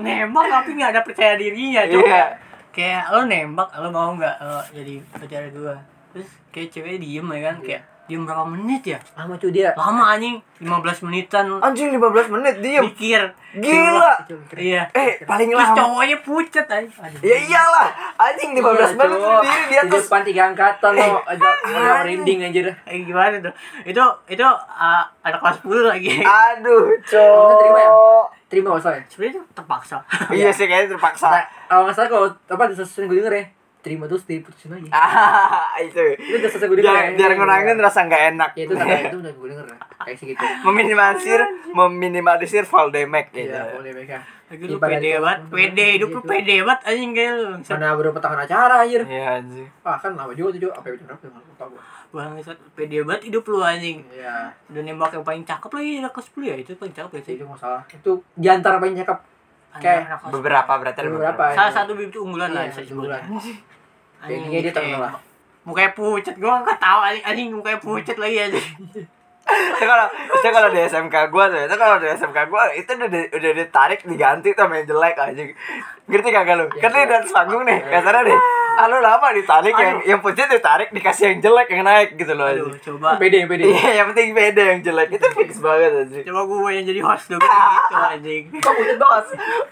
Speaker 3: nembak tapi nggak ada percaya dirinya cowok
Speaker 2: Iya.
Speaker 3: kayak lo nembak lo mau nggak lo jadi pacar gua terus kayak ceweknya diem ya kan kayak diem berapa menit ya
Speaker 1: Lama cuy Ah, dia.
Speaker 3: lama anjing 15 menitan
Speaker 2: Anjing 15 menit diem.
Speaker 3: mikir
Speaker 2: Gila.
Speaker 3: iya
Speaker 2: Eh, paling
Speaker 3: terus
Speaker 2: lama.
Speaker 3: cowoknya pucet anjing Aduh.
Speaker 2: Ya iyalah, anjing 15 menit
Speaker 1: Iya, Jo.
Speaker 2: sendiri di atas.
Speaker 1: depan tiga angkatan lo ada ada merinding anjir
Speaker 3: Eh, gimana tuh itu itu uh, ada kelas 10 lagi
Speaker 2: Iya. Aduh,
Speaker 1: Kamu terima ya?
Speaker 2: cowok.
Speaker 1: terima nggak salah ya
Speaker 3: sebenarnya tuh terpaksa
Speaker 2: Iya sih
Speaker 1: Nah,
Speaker 2: kayaknya terpaksa.
Speaker 1: kalau nggak salah kalau apa sesuatu yang gue denger ya terima terus diputusin aja
Speaker 2: Ah, itu.
Speaker 1: itu udah sesuatu yang gue denger
Speaker 2: Biar, biar ngurangin rasa nggak enak.
Speaker 1: ya itu namanya itu udah gue denger kayak segitu
Speaker 2: Meminimalisir, meminimalisir Voldemort gitu.
Speaker 1: Iya, boleh mereka.
Speaker 3: Lagi lu
Speaker 1: Ibarat
Speaker 3: pede
Speaker 1: itu.
Speaker 3: banget, pede, hidup lu
Speaker 1: Gitu.
Speaker 3: pede banget anjing kayak lu. Bangsat.
Speaker 1: Mana berapa tahun acara anjir.
Speaker 2: Iya anjing.
Speaker 1: Wah, kan lama juga tuh, Jo. Apa itu berapa tahun lupa gua.
Speaker 3: Bangsat, pede banget hidup lu anjing.
Speaker 1: Iya,
Speaker 3: Dan nembak yang paling cakep lagi anak kelas 10 ya, itu paling cakep ya
Speaker 1: itu
Speaker 3: sih.
Speaker 1: nggak salah. Itu di antara paling cakep Kayak
Speaker 3: Anak kelas
Speaker 2: Beberapa berarti ada
Speaker 1: Beberapa,
Speaker 2: beberapa.
Speaker 1: ya.
Speaker 3: Salah satu bibit unggulan lah
Speaker 1: Iya,
Speaker 3: bisa
Speaker 1: bibit unggulan.
Speaker 3: sebulan.
Speaker 1: Kayaknya dia terkenal lah.
Speaker 3: Mukanya pucet, gua nggak tahu anjing, anjing mukanya pucet lagi anjing.
Speaker 2: Itu kalau itu kalau di SMK gua tuh, ya, itu kalau di SMK gua itu udah di- udah ditarik diganti tuh main jelek anjing. Ngerti kagak lu? Kan dia dan panggung nih, kasarnya nih. Ah lu lama ditarik yang yang pucet ditarik dikasih yang jelek yang naik gitu loh
Speaker 3: Aduh,
Speaker 2: anjing.
Speaker 3: coba
Speaker 1: pede pede.
Speaker 2: Iya, yang penting beda yang jelek. Itu fix banget anjing.
Speaker 3: coba gua yang jadi host dong gitu anjing.
Speaker 2: Kok pucet bos?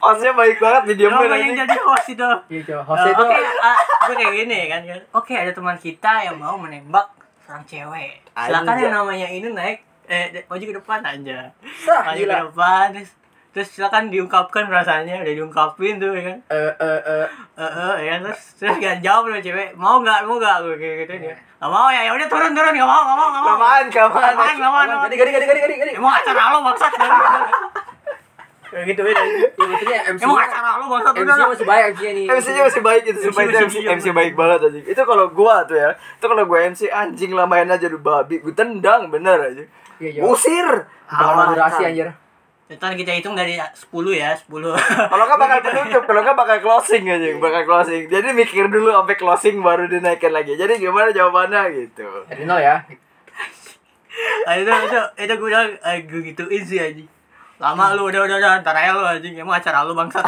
Speaker 2: Osnya baik banget di
Speaker 3: Coba
Speaker 2: diemin
Speaker 3: gua yang
Speaker 2: anjing.
Speaker 3: jadi host itu.
Speaker 1: Iya, Jo.
Speaker 3: Oke,
Speaker 1: Hostnya itu
Speaker 3: ah, gua kayak gini kan. kan. Oke, ada teman kita yang mau menembak seorang cewek. Silakan
Speaker 2: Anjay.
Speaker 3: yang namanya ini naik eh maju ke depan aja.
Speaker 1: sah
Speaker 3: Maju ke
Speaker 1: gila.
Speaker 3: depan terus terus silakan diungkapkan perasaannya udah diungkapin tuh ya kan.
Speaker 1: Eh eh eh
Speaker 3: Eh, eh, ya terus terus gak jawab loh cewek. Mau nggak, mau nggak gue kayak gitu dia. Gak mau ya, ya udah turun turun gak mau, gak mau, gak mau.
Speaker 2: Kamaan, kamaan.
Speaker 3: Kamaan, kamaan, kamaan.
Speaker 1: Gadi gadi gadi gadi gadi gadi.
Speaker 3: Emang acara lo bangsat. Kayak gitu ya.
Speaker 1: Ya, maksudnya MC
Speaker 3: Emang acara lo bangsat
Speaker 1: MC
Speaker 3: udah lah.
Speaker 1: masih baik MC nih.
Speaker 2: MC nya masih baik itu sumpah itu MC,
Speaker 3: masih baik.
Speaker 2: MC baik banget anjing itu kalau gua tuh ya itu kalau gua MC anjing lah main aja lu babi gua tendang bener aja
Speaker 1: Iya, iya.
Speaker 2: usir
Speaker 1: Bakal
Speaker 2: Makan.
Speaker 1: durasi anjir.
Speaker 3: Ntar kita hitung dari 10 ya, 10.
Speaker 2: kalau nggak bakal penutup kalau nggak bakal closing aja
Speaker 3: Iya,
Speaker 2: bakal closing jadi mikir dulu sampai closing baru dinaikin lagi jadi gimana jawabannya gitu
Speaker 1: Dari nol ya.
Speaker 3: Ah, itu itu itu gue udah eh, gue gituin sih aja. Lama lu udah udah udah ntar aja lu anjing emang acara lu bangsat.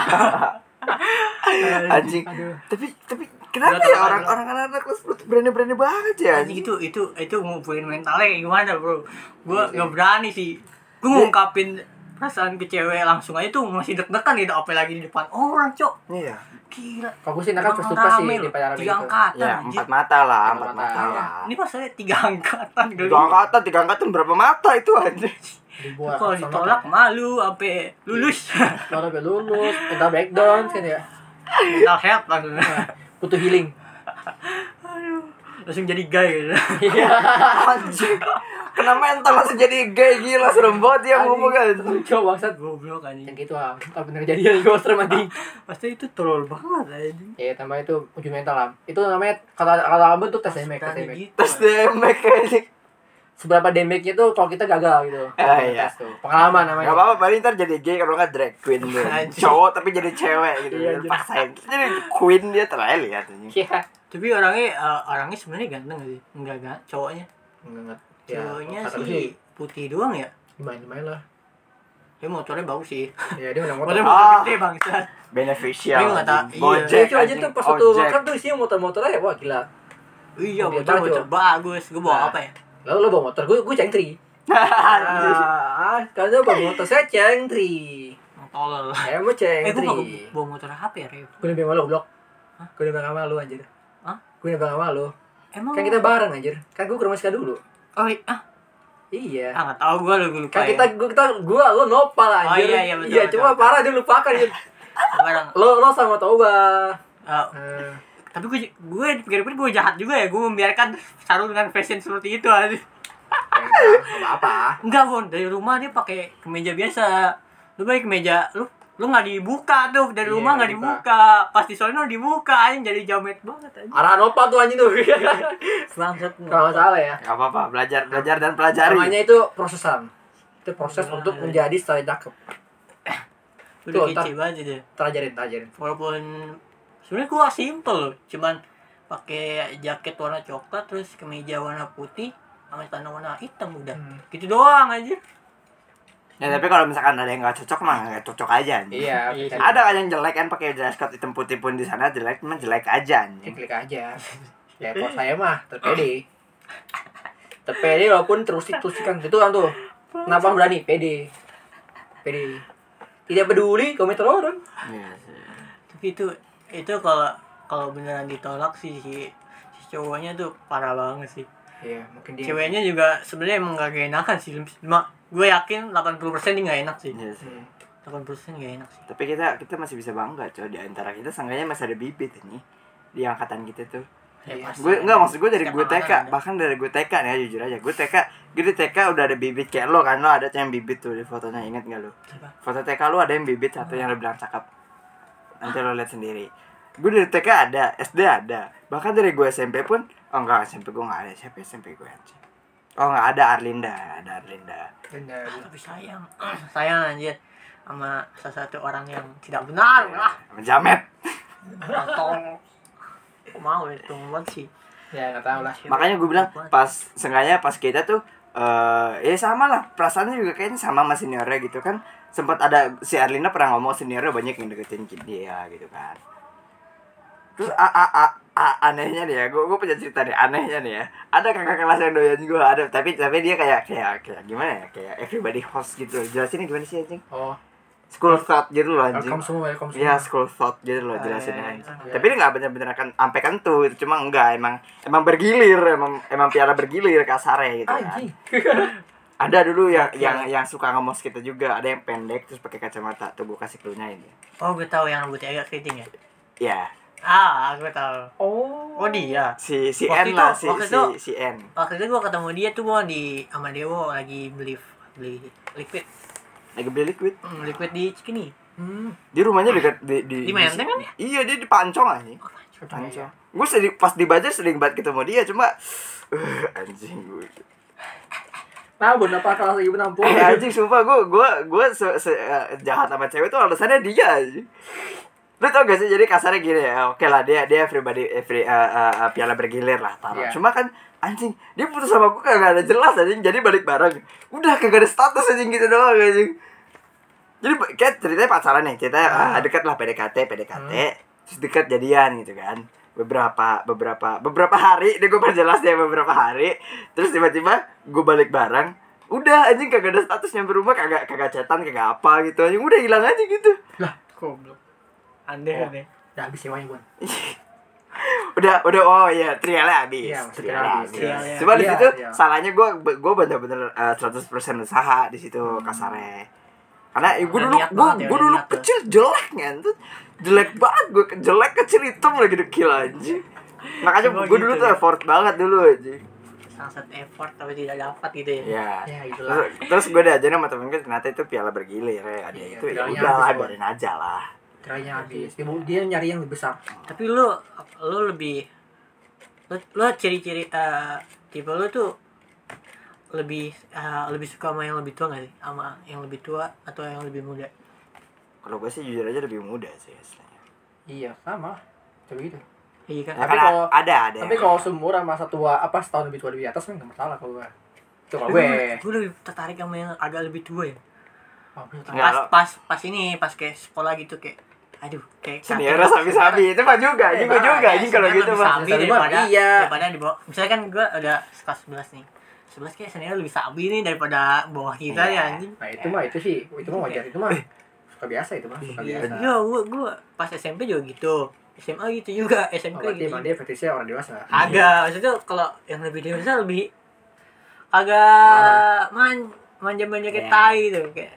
Speaker 2: anjing tapi tapi kenapa
Speaker 3: Udah
Speaker 2: ya
Speaker 3: terlalu-
Speaker 2: orang-orang anak-anak kelas 10 tuh berani-berani banget ya
Speaker 3: Anjing
Speaker 2: anjing
Speaker 3: itu itu itu ngumpulin mentalnya kayak gimana, Bro? Gua nggak berani sih. Gue ngungkapin perasaan ke cewek langsung aja tuh masih deg-degan gitu apalagi di depan orang, Cok.
Speaker 2: iya
Speaker 3: Gila.
Speaker 1: Kalau gua sih nakal
Speaker 3: Emang
Speaker 1: first to first Iya, sih
Speaker 3: rame
Speaker 1: di
Speaker 3: loh.
Speaker 1: pacaran gitu.
Speaker 3: Tiga
Speaker 1: itu.
Speaker 3: angkatan.
Speaker 2: ya
Speaker 3: anjing. iya.
Speaker 2: empat mata lah
Speaker 1: Empat
Speaker 2: empat mata
Speaker 1: mata.
Speaker 2: lah
Speaker 3: Ini masalahnya tiga angkatan geli.
Speaker 2: tiga angkatan tiga angkatan berapa mata itu anjing
Speaker 1: Dibuat
Speaker 3: Kalau
Speaker 1: sama- Iya.
Speaker 3: ditolak malu sampai lulus.
Speaker 1: Kalau sampai lulus, entah breakdown kan ya.
Speaker 3: Mental health langsung.
Speaker 1: Iya. Butuh healing.
Speaker 3: Aduh. Langsung jadi gay gitu.
Speaker 1: Iya.
Speaker 2: Anjing. Kena mental langsung jadi gay gila serem banget dia ngomong kan. anjing.
Speaker 1: Coba bangsat.
Speaker 3: goblok anjing
Speaker 1: Yang gitu ah. Kalau bener jadian gua serem anjing.
Speaker 3: pasti itu tolol banget anjing
Speaker 1: Ya, tambah itu uji mental lah. Itu namanya kalau kalau ambil tuh tes damage, tes
Speaker 3: Tadi
Speaker 1: damage.
Speaker 3: gitu
Speaker 2: Terus demek anjing.
Speaker 1: Seberapa damage-nya tuh kalau kita gagal gitu.
Speaker 2: Ah, iya.
Speaker 1: Tes tuh. Pengalaman namanya.
Speaker 2: Gak apa-apa paling ntar jadi gay kalau nggak drag queen dia.
Speaker 3: Anjing.
Speaker 2: Cowok tapi jadi cewek gitu.
Speaker 1: Iya,
Speaker 2: Biar Paksain. Jadi queen dia terakhir lihat anjing.
Speaker 1: Iya.
Speaker 3: tapi orangnya eh, orangnya sebenarnya ganteng gak sih enggak enggak cowoknya
Speaker 1: Enggak. Ya,
Speaker 3: cowoknya
Speaker 1: kata
Speaker 3: sih
Speaker 1: lu sih
Speaker 3: putih doang ya
Speaker 1: main-main lah.
Speaker 3: ya motornya bagus sih
Speaker 1: Ya, dia udah
Speaker 3: motornya
Speaker 1: motor.
Speaker 3: motor
Speaker 2: Ah.
Speaker 3: gede bangsat Tapi
Speaker 2: Beneficial.
Speaker 3: nggak tahu,
Speaker 2: anjing.
Speaker 3: iya.
Speaker 2: Gojek.
Speaker 1: Itu aja tuh pas waktu
Speaker 2: Ojek.
Speaker 1: makan tuh isinya motor-motor aja. Wah, gila.
Speaker 3: iya
Speaker 1: Mobil
Speaker 3: motor
Speaker 1: baju.
Speaker 3: motor bagus gue bawa
Speaker 1: Nah.
Speaker 3: apa ya
Speaker 1: Lalu lo bawa motor, gue gue cengtri. Ah, karena bawa motor saya cengtri.
Speaker 3: tolol
Speaker 1: Saya mau
Speaker 3: eh gue
Speaker 1: cengtri.
Speaker 3: bawa, bawa motor HP ya Reo
Speaker 1: Gue nembak sama lo, blok. Gue nembak sama lo anjir.
Speaker 3: Hah? Oh.
Speaker 1: Gue nembak sama lo.
Speaker 3: emang
Speaker 1: Kan kita bareng anjir. Kan gue ke rumah Sika dulu.
Speaker 3: oh i- ah
Speaker 1: Iya.
Speaker 3: ah nggak tahu gue lu gua lupa
Speaker 1: Kan
Speaker 3: ya
Speaker 1: kita gue kita gua lo nopal anjir.
Speaker 3: iya, iya, betul, betul,
Speaker 1: cuma
Speaker 3: betul.
Speaker 1: parah dia lupakan anjir.
Speaker 3: Ah, barang
Speaker 1: Lo lo sama Toba.
Speaker 3: eh,
Speaker 1: Nah,
Speaker 3: tapi gue gue pikir-pikir gue jahat juga ya gue membiarkan sarung dengan fashion seperti itu anjing
Speaker 1: apa-apa.
Speaker 3: Enggak, Bon. Dari rumah dia pakai kemeja biasa. Lu balik kemeja lu lu nggak dibuka tuh dari
Speaker 1: Iya,
Speaker 3: rumah nggak
Speaker 1: nggak
Speaker 3: dibuka pasti soalnya dibuka anjing jadi jamet banget anjing
Speaker 1: Arah nopal tuh anjir tuh.
Speaker 3: bangsat
Speaker 1: Kalau nggak salah ya.
Speaker 2: Gak apa-apa belajar belajar dan pelajari.
Speaker 1: Namanya itu prosesan. Itu proses
Speaker 3: Nah,
Speaker 1: untuk
Speaker 3: iya.
Speaker 1: menjadi style cakep.
Speaker 3: udah
Speaker 1: Tuh,
Speaker 3: kece banget dia
Speaker 1: Terajarin, terajarin.
Speaker 3: walaupun sebenarnya gua simple loh cuman pakai jaket warna coklat terus kemeja warna putih sama celana warna hitam udah
Speaker 1: Hmm.
Speaker 3: gitu doang aja
Speaker 2: Ya tapi kalau misalkan ada yang nggak cocok mah nggak cocok aja. anjing.
Speaker 1: Iya, kita
Speaker 3: Iya.
Speaker 2: Ada kan yang jelek kan pakai dress code hitam putih pun di sana jelek, cuma jelek aja anjing.
Speaker 1: klik aja. Ya kalau saya mah terpede. Terpede walaupun terusik-tusikan gitu kan tuh. Kenapa berani? Pede. Pede. Tidak peduli komentar orang.
Speaker 2: Iya sih.
Speaker 3: tapi itu itu kalau kalau beneran ditolak sih si, si cowoknya tuh parah banget sih
Speaker 1: Iya, mungkin dia.
Speaker 3: ceweknya juga sebenarnya emang gak enakan sih cuma gue yakin 80% dia gak enak sih
Speaker 2: Iya sih.
Speaker 1: Hmm.
Speaker 3: 80% gak enak sih
Speaker 2: tapi kita kita masih bisa bangga coy di antara kita seenggaknya masih ada bibit ini di angkatan kita tuh
Speaker 1: Iya.
Speaker 3: pasti.
Speaker 2: gue enggak maksud gue dari
Speaker 3: Setiap
Speaker 2: gue TK
Speaker 3: makanan ada.
Speaker 2: bahkan dari gue TK nih ya, jujur aja gue TK gue di TK udah ada bibit kayak lo kan lo ada tuh yang bibit tuh di fotonya inget gak lo
Speaker 3: Coba.
Speaker 2: foto TK lo ada yang bibit satu yang lo bilang cakep nanti lo lihat sendiri gue dari TK ada SD ada bahkan dari gue SMP pun oh enggak SMP gue enggak ada siapa SMP gue aja oh enggak ada Arlinda ada Arlinda
Speaker 1: Bener.
Speaker 3: tapi sayang sayang anjir sama salah satu orang yang tidak benar
Speaker 2: Iya.
Speaker 3: lah
Speaker 2: menjamet
Speaker 3: orang tolol Kok mau itu banget sih
Speaker 1: Ya nggak tahu lah.
Speaker 2: makanya gue bilang
Speaker 3: Buat.
Speaker 2: pas sengaja pas kita tuh eh ya sama lah perasaannya juga kayaknya sama sama seniornya gitu kan sempat ada si Arlina pernah ngomong seniornya banyak yang deketin ki- dia gitu kan terus a a a, a- anehnya nih ya gue gue punya cerita nih anehnya nih ya ada kakak kelas yang doyan gue ada tapi tapi dia kayak kayak kayak gimana ya kayak everybody host gitu jelasinnya gimana sih anjing
Speaker 1: Oh,
Speaker 2: school of thought gitu loh anjing
Speaker 1: welcome semua, welcome
Speaker 2: Iya
Speaker 1: semua.
Speaker 2: school of thought gitu loh jelasin
Speaker 3: Ah, iya,
Speaker 2: aja.
Speaker 1: iya.
Speaker 2: Tapi ini nggak bener-bener akan sampai kentu, itu cuma enggak emang emang bergilir, emang emang piala bergilir kasarnya gitu kan.
Speaker 1: Anjing.
Speaker 2: Ada dulu yang yang yang suka ngomong kita juga, ada yang pendek terus pakai kacamata. Tuh gue kasih clue-nya ini.
Speaker 3: oh gue tahu yang rambutnya agak keriting ya
Speaker 2: Ya,
Speaker 3: ah gue tahu
Speaker 1: Oh.
Speaker 3: oh dia
Speaker 2: si si N
Speaker 3: Waktu itu-
Speaker 2: lah, si
Speaker 3: waktu
Speaker 2: si,
Speaker 3: itu-
Speaker 2: si N.
Speaker 3: waktu itu gue ketemu dia tuh gue di sama Dewo lagi beli beli liquid
Speaker 2: Lagi beli liquid.
Speaker 3: Hmm, liquid di Cikini
Speaker 1: Hmm.
Speaker 2: Di rumahnya dekat di di,
Speaker 3: Di Menteng kan ya? Oh,
Speaker 2: Iya, dia di Pancong aja.
Speaker 1: Iya.
Speaker 2: Pancong. Gue sering pas di Banjar sering banget ketemu dia, cuma eh, anjing gue.
Speaker 1: Nah, bener apa kalau lagi menampung?
Speaker 2: Eh anjing sumpah gue gue gue se- se- eh, jahat sama cewek tuh alasannya dia anjing. Lu tau gak sih jadi kasarnya gini ya, oke lah dia dia everybody every eh, eh, eh, piala bergilir lah taruh.
Speaker 1: Iya.
Speaker 2: Cuma kan anjing dia putus sama gue kagak ada jelas anjing jadi balik bareng. Udah kagak ada status anjing gitu doang anjing. Jadi kayak ceritanya pacaran nih, ceritanya ah, dekat lah PDKT, PDKT, terus dekat jadian gitu kan. Beberapa beberapa beberapa hari, deh gue perjelas deh ya, beberapa hari. Terus tiba-tiba gue balik bareng, udah anjing kagak ada status nyampe rumah kagak kagak cetan kagak apa gitu anjing udah hilang aja gitu
Speaker 1: Lah, goblok.
Speaker 3: aneh
Speaker 1: Oh.
Speaker 3: aneh
Speaker 1: Udah habis sewanya, Bun.
Speaker 2: udah udah oh iya trialnya habis
Speaker 1: Iya, maksudnya
Speaker 2: Trialnya
Speaker 1: habis,
Speaker 2: habis.
Speaker 3: trialnya.
Speaker 2: cuma di
Speaker 1: Iya,
Speaker 2: situ
Speaker 1: iya.
Speaker 2: salahnya gue gue bener-bener eh, 100% usaha di situ kasarnya karena gue
Speaker 3: Udah
Speaker 2: dulu
Speaker 3: niat
Speaker 2: gue
Speaker 3: banget ya,
Speaker 2: gue
Speaker 3: udah
Speaker 2: dulu
Speaker 3: niat tuh.
Speaker 2: kecil jelek ngentut jelek banget gue jelek kecil hitam lagi dekil aja makanya
Speaker 3: Cuma
Speaker 2: gue dulu
Speaker 3: gitu
Speaker 2: tuh
Speaker 3: ya.
Speaker 2: effort banget dulu aja
Speaker 3: sangat effort tapi tidak dapat gitu ya
Speaker 2: ya
Speaker 1: Ya, gitu
Speaker 2: terus,
Speaker 1: lah.
Speaker 2: terus gue diajarin sama temen gue ternyata itu piala bergilir ya ada
Speaker 1: Iya,
Speaker 2: itu ya
Speaker 1: pialanya
Speaker 2: udah lah
Speaker 1: habis, Bon.
Speaker 2: biarin aja lah
Speaker 1: Trainya habis. Dia, dia nyari yang lebih besar.
Speaker 3: tapi lu lu lebih lu, lu ciri-ciri eh, tipe lu tuh lebih eh, lebih suka sama yang lebih tua gak sih sama yang lebih tua atau yang lebih muda
Speaker 2: kalau gue sih jujur aja lebih muda sih aslinya
Speaker 1: Iya, sama. Coba gitu.
Speaker 3: iya kan
Speaker 2: Ya,
Speaker 1: Tapi
Speaker 2: kan
Speaker 1: kalau-
Speaker 2: ada ada
Speaker 1: Tapi kalau seumur sama setua apa setahun lebih tua lebih atas kan nggak masalah kalau gue. Itu kalau gue.
Speaker 3: gue lebih tertarik sama yang agak lebih tua ya
Speaker 1: Oh, bener.
Speaker 2: Nggak,
Speaker 3: pas
Speaker 2: lo-
Speaker 3: pas pas ini pas kayak sekolah gitu kayak aduh kayak
Speaker 2: Senior sabi-sabi itu mah juga, ini gue juga anjing kalau gitu mah.
Speaker 3: sabi
Speaker 1: Sabi
Speaker 3: daripada
Speaker 1: mah, iya.
Speaker 3: daripada di bawah misalnya kan gue udah kelas 11 nih 11 kayak senior lebih sabi nih daripada bawah kita
Speaker 2: Iya.
Speaker 3: ya anjing
Speaker 1: Nah itu mah itu sih, itu mah wajar itu mah. Suka biasa itu mah, suka
Speaker 3: Iya,
Speaker 1: biasa.
Speaker 3: gua, gua pas SMP juga gitu. SMA gitu juga,
Speaker 1: Oh,
Speaker 3: SMK
Speaker 1: berarti
Speaker 3: gitu.
Speaker 1: emang dia fetishnya orang dewasa.
Speaker 3: Agak, maksudnya kalau yang lebih dewasa lebih agak man, manja-manja
Speaker 2: Iya.
Speaker 3: kayak tai tuh kayak.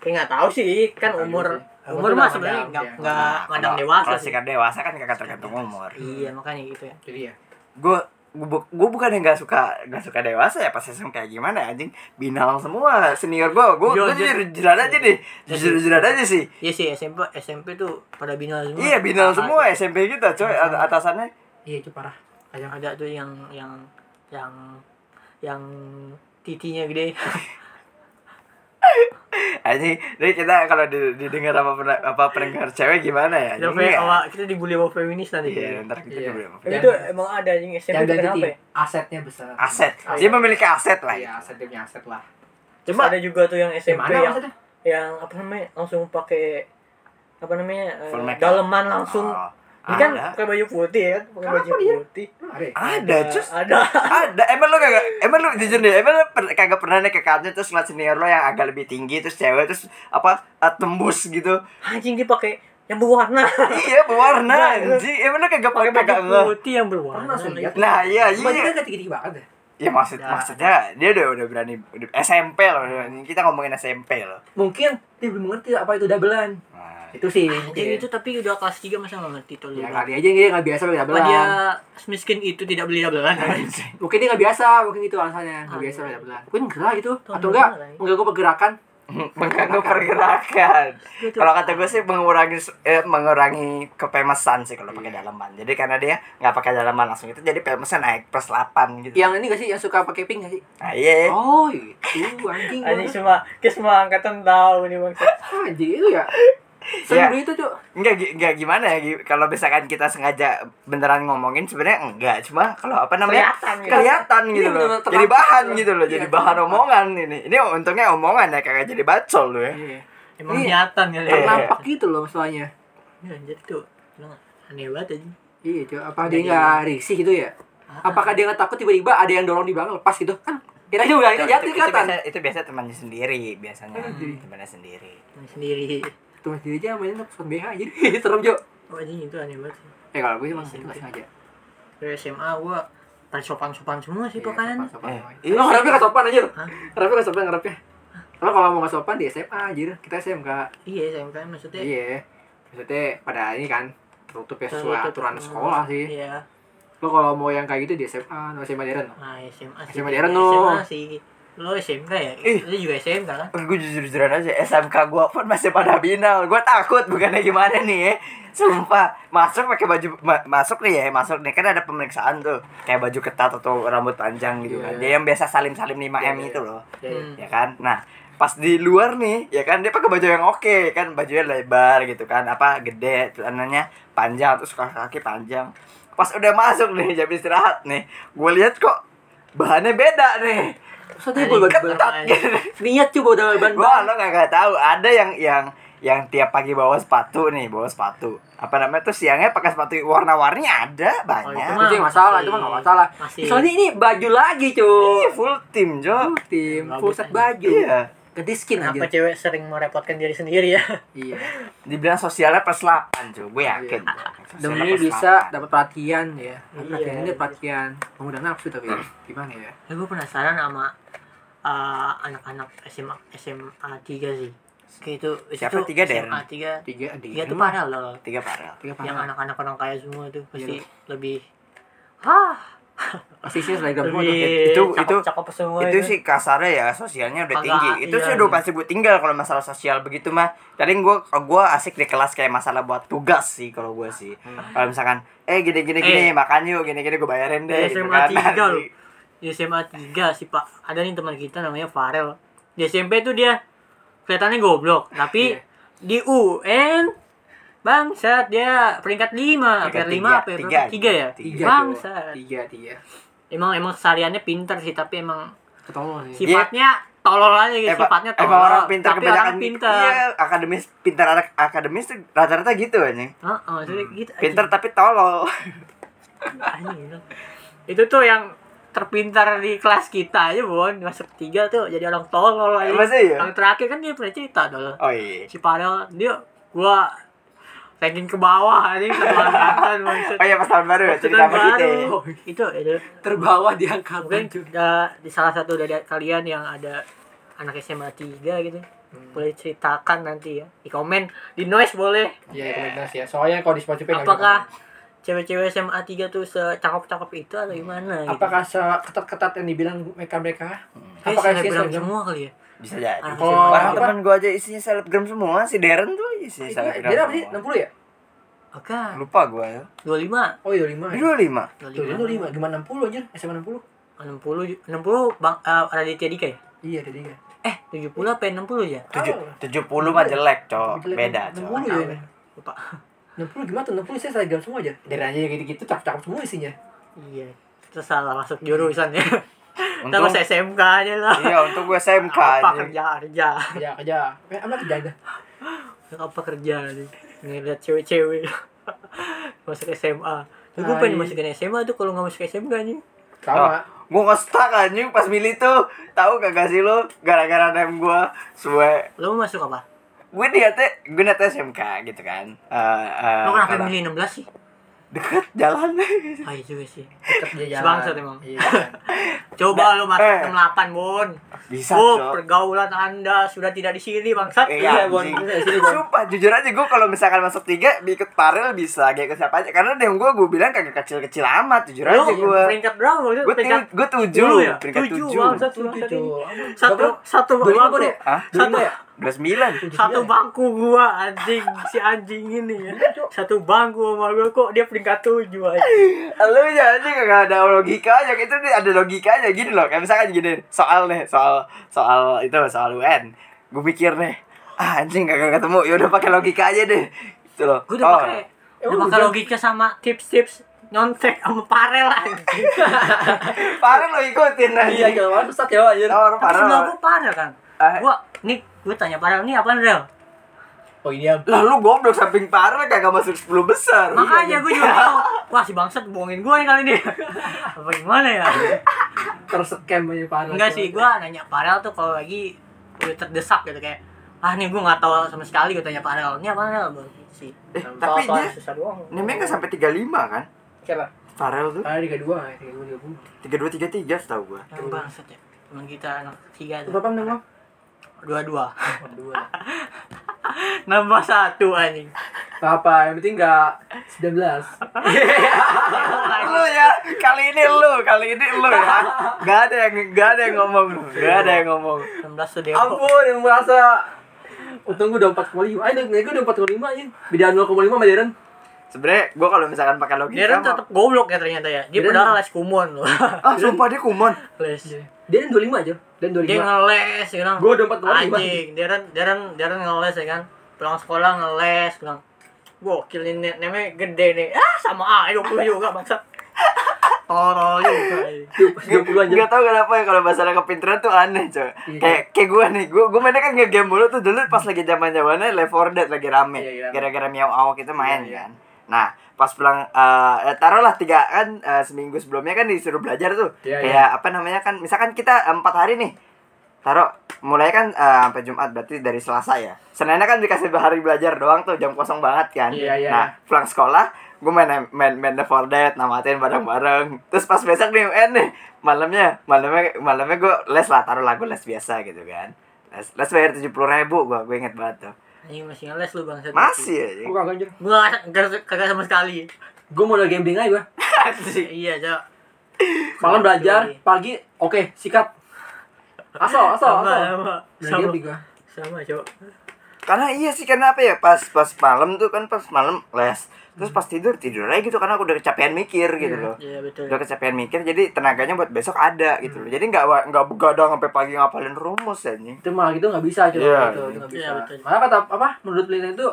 Speaker 3: Kayak nggak tahu sih,
Speaker 1: Nggak
Speaker 3: kan
Speaker 1: tahu
Speaker 3: umur
Speaker 1: juga sih.
Speaker 3: umur
Speaker 1: Umur
Speaker 3: mah
Speaker 1: tuh
Speaker 3: sebenarnya
Speaker 1: mandang,
Speaker 3: nggak
Speaker 1: iya.
Speaker 3: nggak
Speaker 2: Nah,
Speaker 3: mandang
Speaker 2: Iya, kalau-
Speaker 3: dewasa
Speaker 2: Kalau
Speaker 3: sih.
Speaker 2: sikap dewasa kan kagak tergantung umur.
Speaker 3: Iya, makanya gitu ya.
Speaker 1: Jadi ya.
Speaker 2: Gue gue gue bukan yang gak suka gak suka dewasa ya pas SM kayak gimana anjing binal semua senior gue gue
Speaker 3: Yo,
Speaker 2: gue
Speaker 3: jadi-
Speaker 2: jujur jujuran aja deh jujur jujuran aja sih
Speaker 3: Iya sih SMP SMP tuh pada binal semua.
Speaker 2: iya binal
Speaker 3: Ada-
Speaker 2: semua SMP kita coy at- atasannya
Speaker 1: Iya itu parah. Kayak
Speaker 3: Ada tuh yang yang yang yang titinya gede.
Speaker 2: Nah, anjing jadi kita kalau di- didengar apa pena- apa pendengar cewek gimana ya
Speaker 3: Kita,
Speaker 2: anjing, ya?
Speaker 3: kita dibully sama feminis nanti.
Speaker 2: iya ntar kita
Speaker 1: Iya.
Speaker 2: dibully sama-
Speaker 3: Tapi
Speaker 1: Dan-
Speaker 3: itu emang ada yang SMP
Speaker 1: yang
Speaker 3: itu
Speaker 1: ganti
Speaker 3: kenapa
Speaker 1: ti-
Speaker 3: ya?
Speaker 1: asetnya besar.
Speaker 2: aset dia memiliki aset lah ya.
Speaker 1: Iya, aset dia punya aset lah. Iya.
Speaker 3: Cuma ada juga tuh yang SMP
Speaker 1: Gimana
Speaker 3: yang,
Speaker 1: maksudnya?
Speaker 3: yang apa namanya langsung pakai apa namanya eh,
Speaker 2: Full makeup.
Speaker 3: daleman langsung.
Speaker 2: Oh,
Speaker 3: Ini kan
Speaker 2: ada.
Speaker 3: pakai baju putih ya, pakai
Speaker 1: Kenapa
Speaker 3: baju
Speaker 1: dia?
Speaker 3: putih.
Speaker 1: Ada. ya?
Speaker 2: ada cus
Speaker 3: Ada.
Speaker 2: ada emang lu kagak emang lu jujur deh emang lu per- kagak pernah nih ke kantin terus ngeliat senior lo yang agak lebih tinggi terus cewek terus apa eh, tembus gitu
Speaker 3: Anjing dia pakai yang berwarna.
Speaker 2: iya berwarna anjing emang lu kagak pakai
Speaker 3: Nah, Pakai
Speaker 2: kagak
Speaker 3: baju
Speaker 2: enggak
Speaker 3: putih yang
Speaker 1: Pernah
Speaker 3: berwarna.
Speaker 1: sih lihat.
Speaker 2: nah iya
Speaker 1: Bajunya
Speaker 2: iya
Speaker 1: nggak tinggi-tinggi banget ya.
Speaker 2: ya maksud
Speaker 3: Ya.
Speaker 2: maksudnya dia udah udah berani udah, SMP loh kita ngomongin SMP loh
Speaker 1: mungkin dia belum mengerti apa itu dabelan
Speaker 2: nah,
Speaker 1: itu sih
Speaker 3: Jadi
Speaker 1: mungkin
Speaker 3: itu tapi udah kelas 3 masa nggak ngerti tuh
Speaker 1: ya
Speaker 3: dabelan.
Speaker 1: kali aja dia nggak biasa pakai
Speaker 3: Apa
Speaker 1: dabelan
Speaker 3: dia semiskin itu tidak beli dabelan?
Speaker 2: Iya.
Speaker 1: mungkin dia nggak biasa mungkin itu alasannya nggak
Speaker 3: Ah,
Speaker 1: biasa
Speaker 3: iya.
Speaker 1: pakai dabelan mungkin gerak gitu
Speaker 3: Tahun
Speaker 1: atau enggak
Speaker 3: berapa, Ray?
Speaker 1: mengganggu pergerakan
Speaker 2: mengganggu pergerakan
Speaker 3: Gitu.
Speaker 2: kalau kata gue sih mengurangi eh, mengurangi kepemesan sih kalau
Speaker 3: Iya.
Speaker 2: pakai dalaman jadi karena dia nggak pakai dalaman langsung itu jadi pemesnya naik plus 8 gitu
Speaker 1: yang ini gak sih yang suka pakai pink gak sih
Speaker 2: nah, iya
Speaker 1: oh itu anjing
Speaker 3: Anjing
Speaker 1: gua.
Speaker 3: semua, kayak semua angkatan tahu nih bang.
Speaker 1: anjing itu ya
Speaker 2: Iya.
Speaker 1: seru itu cok
Speaker 2: Enggak, gi- enggak gimana ya Gi? kalau misalkan kita sengaja beneran ngomongin sebenarnya enggak cuma kalau apa namanya
Speaker 3: Kelihatan gitu.
Speaker 2: kelihatan
Speaker 1: Iya,
Speaker 2: gitu loh
Speaker 1: bener-bener
Speaker 2: jadi
Speaker 1: terang.
Speaker 2: bahan gitu loh jadi
Speaker 1: Iya,
Speaker 2: bahan
Speaker 1: terang.
Speaker 2: omongan ini ini untungnya omongan ya kagak jadi bacol lu ya
Speaker 3: Emang
Speaker 1: Iya.
Speaker 3: niatan kali ya.
Speaker 2: Iya.
Speaker 1: nampak gitu loh masalahnya
Speaker 3: Iya, Anjir tuh. Emang Aneh banget aja.
Speaker 1: Iya, coba apa
Speaker 3: Jadi
Speaker 1: dia nggak risih gitu ya? Apakah dia nggak takut tiba-tiba ada yang dorong di belakang lepas gitu? Kan kita juga ini jatuh kelihatan.
Speaker 2: biasa, itu biasa temannya sendiri biasanya
Speaker 1: Hmm.
Speaker 2: temannya sendiri
Speaker 3: Yang sendiri.
Speaker 1: Tuh sendiri aja mainnya pakai BH jadi serem jo.
Speaker 3: Oh anjing itu aneh banget sih.
Speaker 1: Eh kalau gue sih masih nggak sengaja.
Speaker 3: Dari SMA gua paling sopan-sopan semua sih
Speaker 1: Iya,
Speaker 3: pokoknya.
Speaker 1: sopan-sopan. Iya,
Speaker 2: Eh,
Speaker 1: Lo ngarepnya nggak sopan anjir.
Speaker 3: Hah?
Speaker 1: Ngarepnya nggak sopan ngarepnya. Lo kalau mau nggak sopan di SMA anjir, kita SMK.
Speaker 3: Iya SMK maksudnya.
Speaker 1: Iya. Maksudnya pada ini kan tertutup ya sesuai
Speaker 3: tertutup.
Speaker 1: aturan sekolah sih.
Speaker 3: Iya.
Speaker 1: Lo kalau mau yang kayak gitu di SMA, no SMA modern.
Speaker 3: Nah, SMA sih.
Speaker 1: SMA modern lo.
Speaker 3: SMA sih. Lo SMK ya?
Speaker 2: Ih.
Speaker 3: Lo juga SMK kan?
Speaker 2: gue jujur-jujuran aja SMK gue pun masih pada binal gue takut bukannya gimana nih ya sumpah masuk pakai baju ma- masuk nih ya masuk nih kan ada pemeriksaan tuh kayak baju ketat atau rambut panjang gitu kan
Speaker 1: Iya.
Speaker 2: dia yang biasa salim salim 5 m
Speaker 1: Iya, iya.
Speaker 2: itu loh
Speaker 3: Hmm.
Speaker 1: Iya.
Speaker 2: ya kan nah pas di luar nih ya kan dia pakai baju yang oke kan bajunya lebar gitu kan apa gede celananya panjang terus kaki panjang pas udah masuk nih jam istirahat nih gue lihat kok bahannya beda nih
Speaker 1: Terus dia bawa baju
Speaker 2: ketat gitu
Speaker 1: Niat coba udah ban.
Speaker 2: Wah, lo gak, gak tahu. Ada yang yang yang tiap pagi bawa sepatu nih, bawa sepatu. Apa namanya tuh siangnya pakai sepatu warna-warni ada
Speaker 1: mah
Speaker 2: banyak.
Speaker 1: Oh, Itu yang masalah, itu mah nggak masalah.
Speaker 3: Masih.
Speaker 1: Soalnya ini baju lagi, cuy.
Speaker 2: Ih, full tim, Jo.
Speaker 1: Full tim,
Speaker 3: Rambut
Speaker 1: full set
Speaker 3: aja.
Speaker 1: baju.
Speaker 2: Iya.
Speaker 1: Ganti skin
Speaker 3: Kenapa
Speaker 1: aja.
Speaker 3: cewek sering merepotkan diri sendiri ya?
Speaker 1: Iya.
Speaker 2: Dibilang sosialnya plus 8, Jo. Gue yakin. Sosialnya
Speaker 1: Demi
Speaker 2: plus
Speaker 1: bisa
Speaker 2: 8.
Speaker 1: dapat perhatian ya. Perhatian
Speaker 3: Iya.
Speaker 1: ini perhatian. Mengundang nafsu tapi gimana ya?
Speaker 3: Ya, gue penasaran sama uh, anak-anak SMA SMA 3 sih. Kayak itu
Speaker 2: Siapa
Speaker 3: itu
Speaker 2: tiga, Den?
Speaker 3: SMA 3.
Speaker 1: Tiga adik.
Speaker 3: 3 tuh Iya, parah loh.
Speaker 2: tiga parel.
Speaker 1: Tiga
Speaker 3: Yang
Speaker 1: parah.
Speaker 3: anak-anak orang kaya semua tuh pasti
Speaker 1: Iya.
Speaker 3: lebih Hah,
Speaker 1: Pasti sih selebgram semua tuh.
Speaker 3: lebih
Speaker 2: gitu. itu- itu-
Speaker 3: cakep semua
Speaker 2: Itu sih kasarnya ya, sosialnya udah
Speaker 3: Oh, iya. Agak,
Speaker 2: tinggi. Itu sih
Speaker 3: iya,
Speaker 2: udah
Speaker 3: iya.
Speaker 2: pasti gue tinggal kalau masalah sosial begitu mah. Paling gue gua asik di kelas kayak masalah buat tugas sih kalau gue sih. Kalau misalkan eh gini gini gini
Speaker 3: Eh.
Speaker 2: makan yuk gini gini gue bayarin
Speaker 3: Di
Speaker 2: deh. gitu
Speaker 3: SMA
Speaker 2: kan.
Speaker 3: 3 loh. Di SMA 3 sih Pak. Ada nih teman kita namanya Farel. Di SMP tuh dia kelihatannya goblok, tapi
Speaker 1: Iya.
Speaker 3: di UN bangsat dia peringkat 5,
Speaker 2: Peringkat
Speaker 3: peringkat 5
Speaker 2: tiga,
Speaker 3: apa ya?
Speaker 2: tiga.
Speaker 3: Peringkat tiga ya?
Speaker 2: Tiga,
Speaker 1: Tiga,
Speaker 3: bangsat.
Speaker 1: cuy. Tiga, tiga.
Speaker 3: Emang emang kesehariannya pinter sih, tapi emang
Speaker 1: Ketolong sih.
Speaker 3: sifatnya tolol aja gitu,
Speaker 2: Iya. Emang-
Speaker 3: sifatnya tolol.
Speaker 2: emang orang pintar
Speaker 3: tapi orang
Speaker 2: kebanyakan-
Speaker 3: pinter.
Speaker 2: iya akademis pintar anak akademis tuh rata-rata gitu anjing
Speaker 3: Heeh, jadi gitu. aja.
Speaker 2: pintar tapi tolol
Speaker 3: Anjing, gitu. Itu tuh yang terpintar di kelas kita aja, Bon. Masuk tiga tuh jadi orang tolol aja.
Speaker 2: masa ya
Speaker 3: Yang terakhir kan dia pernah cerita dulu.
Speaker 2: oh iya
Speaker 3: Si Farel dia gua ranking ke bawah ini satu angkatan maksud.
Speaker 2: oh iya pas tahun baru ya
Speaker 3: maksud
Speaker 2: cerita sama kita ya.
Speaker 3: baru. Itu itu
Speaker 1: Terbawah diangkat.
Speaker 3: mungkin uh, di salah satu dari kalian yang ada anak SMA 3 gitu boleh ceritakan nanti ya di komen di noise boleh
Speaker 1: Iya, rekomendasi ya. Soalnya kalau di Spotify nggak bisa
Speaker 3: apakah cewek-cewek SMA 3 tuh secakep-cakep itu atau gimana
Speaker 1: komen.
Speaker 3: gitu
Speaker 1: apakah seketat-ketat yang dibilang mereka-mereka?
Speaker 3: Kayak
Speaker 1: Apakah isinya
Speaker 3: selebgram
Speaker 1: selebgram?
Speaker 3: Eh, semua kali ya
Speaker 2: bisa jadi
Speaker 3: Anak
Speaker 1: Kalau-
Speaker 3: SMA.
Speaker 2: orang
Speaker 1: apa?
Speaker 2: teman gua aja isinya selebgram semua si Darren tuh isinya
Speaker 1: Iya,
Speaker 2: selebgram
Speaker 1: Dia apa sih?
Speaker 2: semua.
Speaker 1: 60 ya?
Speaker 3: oke
Speaker 2: lupa gua ya
Speaker 3: 25
Speaker 1: Oh, iya 25.
Speaker 2: Ini
Speaker 1: ya.
Speaker 2: 25
Speaker 1: Tuh, dia
Speaker 3: 25
Speaker 1: 25. Gimana 60 anjir? SMA 60.
Speaker 3: 60 60 Bang eh, Raditya Dika ya
Speaker 1: Iya, ada tiga.
Speaker 3: Eh, 70 apa yang 60 ya?
Speaker 2: tujuh
Speaker 1: Oh.
Speaker 2: tujuh puluh mah jelek cok
Speaker 1: Jelek.
Speaker 2: beda
Speaker 1: 60
Speaker 2: cok
Speaker 1: ya.
Speaker 3: Apa? Lupa.
Speaker 1: 60 gimana tuh? 60 saya seragam semua aja. Dari aja gitu-gitu cakep-cakep semua isinya.
Speaker 3: Iya. Terus salah masuk jurusan ya. Untung,
Speaker 2: untung
Speaker 3: Terus SMK aja lah.
Speaker 2: iya untuk gua SMK
Speaker 3: Apa
Speaker 2: anjing.
Speaker 3: kerja kerja?
Speaker 1: Kerja kerja. Eh, apa kerja ada?
Speaker 3: Apa kerja nih? Ngeliat cewek-cewek masuk SMA. Tuh gue pengen
Speaker 1: Tai.
Speaker 3: masukin SMA tuh kalau nggak masuk SMA nih.
Speaker 1: Sama.
Speaker 2: Gue nge-stuck anjing pas milih tuh Tahu kagak sih lo Gara-gara nem gue Suwe
Speaker 3: Lo mau masuk apa?
Speaker 2: Gue niatnya Gue niatnya SMK gitu kan Eh, eh,
Speaker 3: Lo kenapa
Speaker 2: kalau-
Speaker 3: milih 16 sih?
Speaker 2: Deket jalan
Speaker 3: Ah iya juga sih.
Speaker 1: Tetap dia
Speaker 3: Sebangsat emang.
Speaker 1: Iya.
Speaker 3: Coba lu masuk
Speaker 2: Eh.
Speaker 3: 68, Bun.
Speaker 2: Bisa,
Speaker 3: Bu,
Speaker 2: Cok.
Speaker 3: pergaulan Anda sudah tidak di sini, bangsat.
Speaker 1: Iya,
Speaker 2: Iya,
Speaker 1: Bon.
Speaker 2: anjing.
Speaker 1: Iya, sini, Bon.
Speaker 2: Sumpah, jujur aja gue kalau misalkan masuk tiga, ikut parel bisa kayak ke siapa aja. Karena yang gue gue bilang kagak kecil-kecil amat, jujur
Speaker 3: Lu
Speaker 2: aja gue.
Speaker 3: peringkat berapa? Lu
Speaker 2: Gue
Speaker 3: peringkat
Speaker 2: gue tujuh,
Speaker 3: dulu ya?
Speaker 2: peringkat
Speaker 3: Tujuh,
Speaker 2: tujuh.
Speaker 3: Bang. Satu, satu satu
Speaker 1: Dua ribu
Speaker 3: bangku
Speaker 1: deh.
Speaker 2: Hah?
Speaker 1: Dua ribu
Speaker 3: Satu.
Speaker 1: ya?
Speaker 2: Dua sembilan.
Speaker 3: satu bangku gua anjing si anjing ini ya. Satu bangku sama gua kok dia peringkat 7 anjing.
Speaker 2: Lu ya aja kagak ada logikanya, itu nih ada logikanya gini loh. Kayak misalkan gini, soal nih, soal soal itu soal UN. Gue pikir nih, ah anjing kagak ketemu, ya udah pakai logika aja deh. Itu loh.
Speaker 3: Gua udah
Speaker 2: Oh.
Speaker 3: pakai udah
Speaker 1: Emang udah?
Speaker 3: pakai logika sama tips-tips nyontek sama parel anjing.
Speaker 2: Parel lo ikutin
Speaker 1: Iya,
Speaker 2: aja.
Speaker 1: gak sesat ya, anjir.
Speaker 2: Oh,
Speaker 3: Tapi
Speaker 2: parel.
Speaker 3: sebelah gua parel kan.
Speaker 2: Ah.
Speaker 3: Gua nih gua tanya parel nih apaan rel?
Speaker 1: Oh, ini yang
Speaker 2: Lah lu goblok samping parel kagak masuk 10 besar. Iya,
Speaker 3: Makanya gua juga tahu. Wah si bangsat bohongin gua nih kali ini. Apa gimana ya?
Speaker 1: terscam aja parah.
Speaker 3: Enggak sih, gua nanya Parel tuh kalau lagi udah terdesak gitu kayak ah nih gua nggak tahu sama sekali gua tanya Parel ini apa Parel Baru gitu sih
Speaker 2: Eh,
Speaker 3: Soal-
Speaker 2: tapi
Speaker 3: soal
Speaker 2: dia-
Speaker 3: susah doang
Speaker 2: Namanya enggak sampai 35 kan?
Speaker 1: Siapa?
Speaker 2: Farel tuh
Speaker 1: Ah, 32, 32, 32.
Speaker 2: 32 33 setahu gua.
Speaker 3: Yang bangsat ya temen kita anak tiga tuh
Speaker 1: Berapa menang, Bang?
Speaker 3: dua dua
Speaker 1: Oh, dua.
Speaker 3: nambah satu anjing
Speaker 1: Gak apa, yang penting gak 19.
Speaker 2: Lu ya, kali ini lu, kali ini lu ya. Gak ada yang gak ada yang ngomong, lu. gak ada yang ngomong.
Speaker 3: enam belas tuh depo
Speaker 1: Ampun, yang merasa Untung gue udah 4,5 Ayo, naik gue udah 4,5 aja iya. Beda 0,5 sama Darren
Speaker 2: Sebenarnya gua kalau misalkan pakai logika
Speaker 3: Darren
Speaker 2: mah-
Speaker 3: tetep goblok ya ternyata ya dia
Speaker 1: Darren-
Speaker 3: padahal les kumon loh
Speaker 2: Ah, sumpah dia kumon.
Speaker 3: les
Speaker 1: Darren 25 aja Dan
Speaker 3: Iya. dia
Speaker 1: 25
Speaker 3: ngeles gitu
Speaker 1: Gua udah empat kali, Bang.
Speaker 3: anjing kan, Darren Darren Darren ngeles ya kan pulang sekolah ngeles bilang gokil ini net- namanya gede nih ah sama A ayo gue juga bangsa tolol juga anjing.
Speaker 1: 20 aja
Speaker 2: Gak tau kenapa ya kalau masalah kepintaran tuh aneh coy
Speaker 1: Iya.
Speaker 2: Kayak kayak gue nih, gue gue mainnya kan nge-game dulu tuh dulu pas lagi zaman zamannya Left 4 Dead lagi rame
Speaker 1: Iya, iya, rame.
Speaker 2: Gara-gara miau awok itu main
Speaker 1: Iya, iya.
Speaker 2: kan Nah pas pulang eh taruhlah tiga kan eh, seminggu sebelumnya kan disuruh belajar tuh
Speaker 1: Iya,
Speaker 2: kayak apa namanya kan misalkan kita eh, empat hari nih taruh mulai kan eh, sampai Jumat berarti dari Selasa ya Seninnya kan dikasih hari belajar doang tuh jam kosong banget kan
Speaker 1: Iya, iya,
Speaker 2: nah
Speaker 1: iya.
Speaker 2: pulang sekolah gue main main main The For Dead namatin bareng-bareng terus pas besok di UN nih malamnya malamnya malamnya gue les lah taruh lagu les biasa gitu kan les les bayar tujuh puluh ribu gue gue inget banget tuh
Speaker 3: anjing masih ngeles lu bangsa
Speaker 2: masih ya, aja
Speaker 1: Gue kagak anjir
Speaker 3: gue kagak kagak sama sekali
Speaker 1: Gue modal gambling aja gue
Speaker 2: Anjing.
Speaker 3: iya cok
Speaker 1: Malam belajar, pagi Oke, sikat Asal, asal, asal
Speaker 3: sama sama
Speaker 1: Modal
Speaker 3: sama
Speaker 1: gambling gue
Speaker 3: sama cok
Speaker 2: karena iya sih karena apa ya pas pas malam tuh kan pas malam les terus pas tidur tidur aja gitu karena aku udah kecapean mikir gitu loh
Speaker 3: iya betul
Speaker 1: Nah.
Speaker 2: udah kecapean mikir jadi tenaganya buat besok ada gitu loh jadi nggak wa- nggak begadang sampai pagi ngapalin rumus ya nih
Speaker 1: itu malah gitu nggak bisa coba
Speaker 2: Iya.
Speaker 1: gitu itu nggak bisa
Speaker 3: Iya, betul.
Speaker 1: malah kata apa menurut Lina itu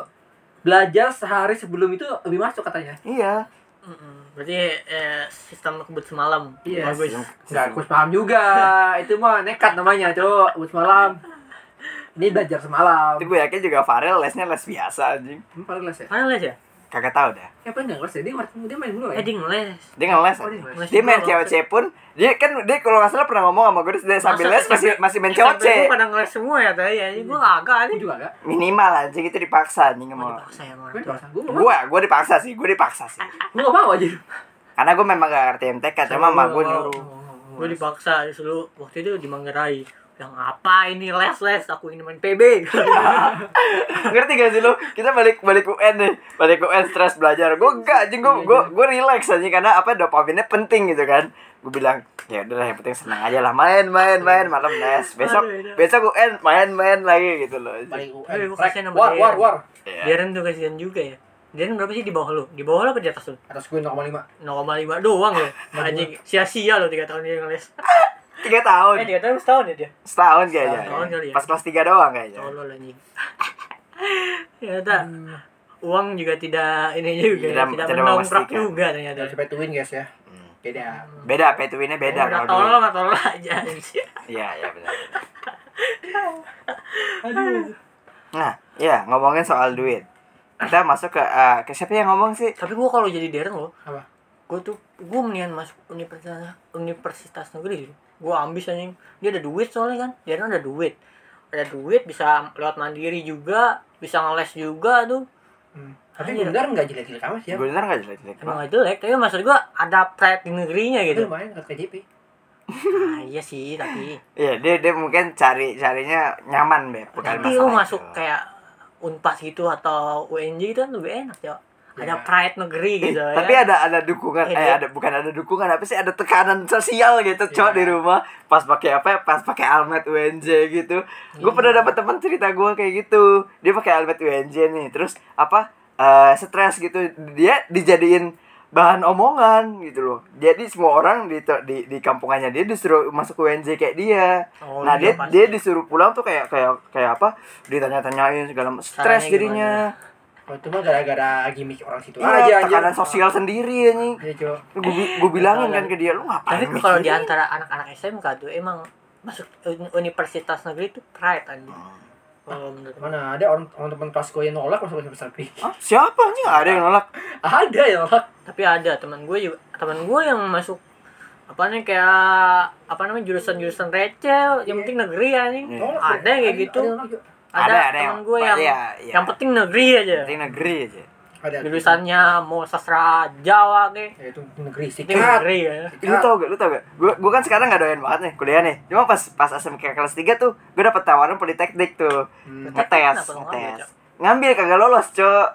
Speaker 1: belajar sehari sebelum itu lebih masuk katanya
Speaker 2: iya
Speaker 3: Mm-mm. berarti eh, sistem kebut semalam
Speaker 1: Yes.
Speaker 3: bagus
Speaker 1: nggak aku paham juga itu mah nekat namanya cowok buat semalam ini belajar semalam
Speaker 2: tapi gue yakin juga Farel lesnya les biasa anjing
Speaker 1: Emang paling les ya
Speaker 3: mana les ya
Speaker 2: kagak tahu dah
Speaker 1: eh paling nggak les ya dia, mar- dia main mulu ya
Speaker 3: eh dia ngeles
Speaker 2: dia ngeles
Speaker 1: Oh, dia
Speaker 2: anjing.
Speaker 1: ngeles.
Speaker 2: dia main COC pun dia kan dia kalau nggak salah pernah ngomong sama gue dia sambil
Speaker 3: Masa
Speaker 2: les masih masih main
Speaker 3: Sampai
Speaker 2: COC
Speaker 3: gua pada ngeles semua ya tadi ya ini gue agak
Speaker 1: aku
Speaker 3: anjing
Speaker 1: juga nggak
Speaker 2: minimal aja gitu dipaksa anjing
Speaker 3: mau
Speaker 2: mau
Speaker 3: dipaksa ya sama
Speaker 1: gue
Speaker 3: orang
Speaker 1: nggak
Speaker 3: tua.
Speaker 1: usah. gue nggak mau
Speaker 2: gue gue dipaksa sih gue dipaksa sih
Speaker 1: gue nggak mau aja
Speaker 2: karena gue memang gak ngerti MTK cuma mah gue nyuruh
Speaker 3: gue dipaksa disuruh waktu itu di Manggarai yang apa ini les les aku ingin main PB
Speaker 2: ngerti gak sih lu kita balik balik UN nih balik UN stres belajar gue gak anjing gue gue gue relax aja karena apa dopaminnya penting gitu kan gue bilang ya udah lah, yang penting senang aja lah main main main malam les besok
Speaker 3: Aduh, aduh.
Speaker 2: besok UN main main lagi gitu loh
Speaker 1: paling UN
Speaker 3: Aduh,
Speaker 1: Rek,
Speaker 3: kasihan sama
Speaker 1: war
Speaker 3: dia.
Speaker 1: war war
Speaker 2: Iya.
Speaker 3: Darren tuh kasihan juga ya Darren berapa sih di bawah lu di bawah lu apa di atas lu
Speaker 1: atas gue 0,5
Speaker 3: 0,5 doang lo anjing sia-sia lo 3 tahun dia ngeles
Speaker 2: tiga
Speaker 3: eh
Speaker 2: tahun
Speaker 3: 3 tahun setahun ya dia
Speaker 2: setahun kayaknya Iya.
Speaker 3: Setahun kali ya.
Speaker 2: pas kelas tiga doang kayaknya
Speaker 3: tolol Oh, anjing ya tak uang juga tidak ini juga
Speaker 2: Tidak-
Speaker 3: ya, tidak, tidak
Speaker 2: tidak
Speaker 3: mendongkrak
Speaker 2: memastikan.
Speaker 3: juga ternyata
Speaker 1: Jangan sampai tuin guys ya
Speaker 3: Hmm.
Speaker 1: beda
Speaker 2: beda petuinnya beda
Speaker 3: udah
Speaker 2: kalau
Speaker 3: tolol
Speaker 2: dulu
Speaker 3: sama tolol aja anjing.
Speaker 2: iya iya benar
Speaker 1: aduh
Speaker 2: nah ya ngomongin soal duit kita masuk ke eh, ke siapa yang ngomong sih
Speaker 3: tapi gua kalau jadi Darren lo
Speaker 1: apa
Speaker 3: gue tuh gue mendingan masuk universitas universitas negeri gue ambis anjing dia ada duit soalnya kan dia kan ada duit ada duit bisa lewat mandiri juga bisa ngeles juga tuh
Speaker 1: Hmm. tapi
Speaker 3: Anjir.
Speaker 1: bener nggak jelek-jelek amat ya
Speaker 2: gue bener gak jelek jelek
Speaker 3: emang gak jelek tapi maksud gue ada pride di negerinya
Speaker 1: itu
Speaker 3: gitu
Speaker 1: lumayan ke KJP
Speaker 3: Ah, iya sih tapi
Speaker 2: Iya, dia dia mungkin cari carinya nyaman, Beb. Bukan
Speaker 3: nanti lu
Speaker 2: masalah
Speaker 3: masuk
Speaker 2: itu.
Speaker 3: kayak unpas gitu atau UNJ itu kan lebih enak ya ada
Speaker 1: Iya.
Speaker 3: pride negeri
Speaker 2: Ih,
Speaker 3: gitu
Speaker 2: Eh, tapi
Speaker 3: ya.
Speaker 2: ada ada dukungan
Speaker 3: Eh,
Speaker 2: eh,
Speaker 3: dia-
Speaker 2: ada bukan ada dukungan apa sih ada tekanan sosial gitu cowok
Speaker 1: Iya.
Speaker 2: di rumah pas pakai apa ya, pas pakai almet UNJ gitu
Speaker 3: Iya.
Speaker 2: gue pernah dapat teman cerita gue kayak gitu dia pakai almet UNJ nih terus apa eh, stres gitu dia dijadiin bahan omongan gitu loh jadi semua orang di di, di kampungannya dia disuruh masuk UNJ kayak dia
Speaker 3: Oh,
Speaker 2: nah
Speaker 3: iya,
Speaker 2: dia
Speaker 3: pasti.
Speaker 2: dia disuruh pulang tuh kayak kayak kayak apa ditanya-tanyain segala macam
Speaker 3: Caranya
Speaker 2: stres
Speaker 3: gimana?
Speaker 2: jadinya
Speaker 1: Oh, itu mah gara-gara gimmick orang situ
Speaker 2: iya
Speaker 1: aja anjir.
Speaker 2: tekanan sosial sendiri anjing
Speaker 1: Iya, Jo.
Speaker 2: gue gue bilangin kan ke dia lu ngapain
Speaker 3: tapi
Speaker 2: mikirin?"
Speaker 3: kalau di antara anak-anak SMK tuh emang masuk un- universitas negeri itu pride anjir
Speaker 2: Oh.
Speaker 3: kalau menurut gua.
Speaker 1: Mana ada orang orang teman kelas gue yang nolak masuk ke besar
Speaker 2: Hah? siapa anjing Nggak ada yang nolak
Speaker 1: Ada yang nolak.
Speaker 3: tapi ada teman gue juga teman gue yang masuk apa nih kayak apa namanya jurusan-jurusan receh yang penting negeri
Speaker 2: Iya.
Speaker 3: anjing
Speaker 1: Nolak,
Speaker 3: Ada
Speaker 1: Jo.
Speaker 3: yang
Speaker 1: Ada-
Speaker 3: kayak gitu.
Speaker 1: ada yang nolak, Jo.
Speaker 3: ada,
Speaker 2: Ada- ada
Speaker 3: teman
Speaker 2: yang-
Speaker 3: gue yang
Speaker 2: iya, iya.
Speaker 3: yang penting negeri aja
Speaker 2: penting negeri
Speaker 1: Ada.
Speaker 2: aja
Speaker 1: ada.
Speaker 3: jurusannya mau sastra Jawa kek
Speaker 1: Ya, itu negeri
Speaker 3: penting
Speaker 1: sikat.
Speaker 3: negeri ya
Speaker 2: lu tau gak lu tau gak gue gue kan sekarang nggak doyan banget nih kuliah nih cuma pas pas SMK kelas 3 tuh gue dapet tawaran politeknik tuh
Speaker 1: Hmm.
Speaker 2: ngetes
Speaker 3: Kenapa lu ngambil,
Speaker 2: ngetes ngambil kagak lolos cok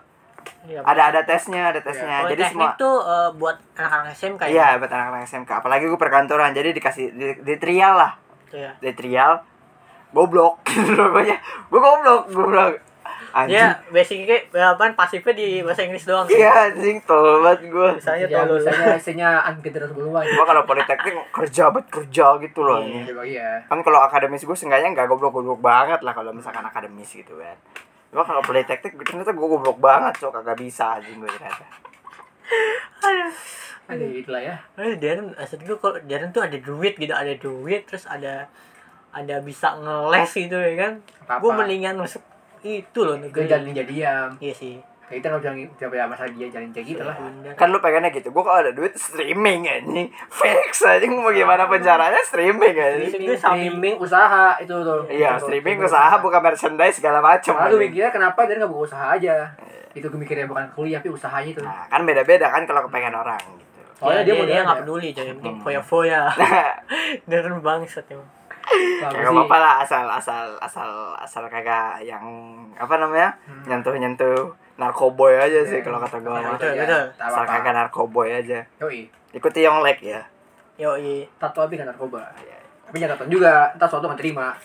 Speaker 3: Iya,
Speaker 2: ada ada tesnya ada tesnya jadi
Speaker 3: Politeknik
Speaker 2: semua
Speaker 3: tuh eh, buat anak-anak SMK ya?
Speaker 2: iya buat anak-anak SMK apalagi gue perkantoran jadi dikasih di, di trial lah
Speaker 3: Gitu ya.
Speaker 2: di trial goblok gitu loh pokoknya gue goblok
Speaker 3: Iya.
Speaker 2: goblok
Speaker 3: Dia
Speaker 2: anjing
Speaker 3: basicnya apa pasifnya di bahasa Inggris doang. sih.
Speaker 2: iya anjing tolol banget gue
Speaker 3: Misalnya
Speaker 1: Ya,
Speaker 3: tolol.
Speaker 1: misalnya isinya ungenerous buluan.
Speaker 2: gua kalau politeknik kerja banget kerja gitu loh ini
Speaker 1: Iya, iya.
Speaker 2: kan kalau akademis gue seenggaknya nggak goblok goblok banget lah kalau misalkan akademis gitu kan cuma kalau politeknik gua- ternyata gue goblok banget cok kagak bisa anjing gue ternyata
Speaker 1: Ada itulah ya.
Speaker 3: Terus Nah, Darren, maksud gue kalau Darren tuh ada duit gitu, ada duit terus ada ada bisa ngeles gitu ya kan.
Speaker 1: Apa-apa.
Speaker 3: Gue mendingan masuk itu loh
Speaker 1: Gue
Speaker 3: negeri.
Speaker 1: jangan jadi diam.
Speaker 3: Iya sih.
Speaker 1: Kayak gitu kita nggak bilang nggak bilang masalah ya, dia jangan kayak gitu lah.
Speaker 3: Bener.
Speaker 2: kan lu pengennya gitu gue kalau ada duit streaming anjing fix anjing mau gimana pencaranya streaming anjing
Speaker 3: Itu sambil-
Speaker 1: Streaming usaha itu tuh.
Speaker 2: iya
Speaker 1: Itu,
Speaker 2: streaming
Speaker 1: itu.
Speaker 2: usaha bukan merchandise segala macem
Speaker 1: Malah gue
Speaker 2: anjing.
Speaker 1: mikirnya kenapa dia nggak buka usaha aja. Itu gue mikirnya bukan kuliah tapi usahanya itu.
Speaker 2: Iya. nah kan beda beda kan kalau kepengen orang gitu
Speaker 1: Soalnya
Speaker 3: Iya, dia, dia,
Speaker 1: modalnya
Speaker 3: nggak
Speaker 1: ada.
Speaker 3: peduli jadi penting foya-foya. Darren bangsat emang.
Speaker 1: Bagus
Speaker 2: Kagak
Speaker 1: sih.
Speaker 3: Hmm.
Speaker 2: apa-apa lah asal asal asal asal kagak yang apa namanya
Speaker 1: Hmm.
Speaker 2: nyentuh nyentuh narkoboy aja sih
Speaker 1: Iya.
Speaker 2: kalau kata gue
Speaker 1: Iya,
Speaker 2: mah.
Speaker 3: betul,
Speaker 1: iya.
Speaker 3: betul.
Speaker 1: Tak
Speaker 2: asal
Speaker 1: apa-apa.
Speaker 2: kagak narkoboy aja
Speaker 1: Yoi,
Speaker 2: ikuti yang like ya
Speaker 3: Yo iya.
Speaker 1: tato tapi nggak narkoba.
Speaker 2: Iya,
Speaker 1: Tapi nyatatan juga, entah suatu nggak terima.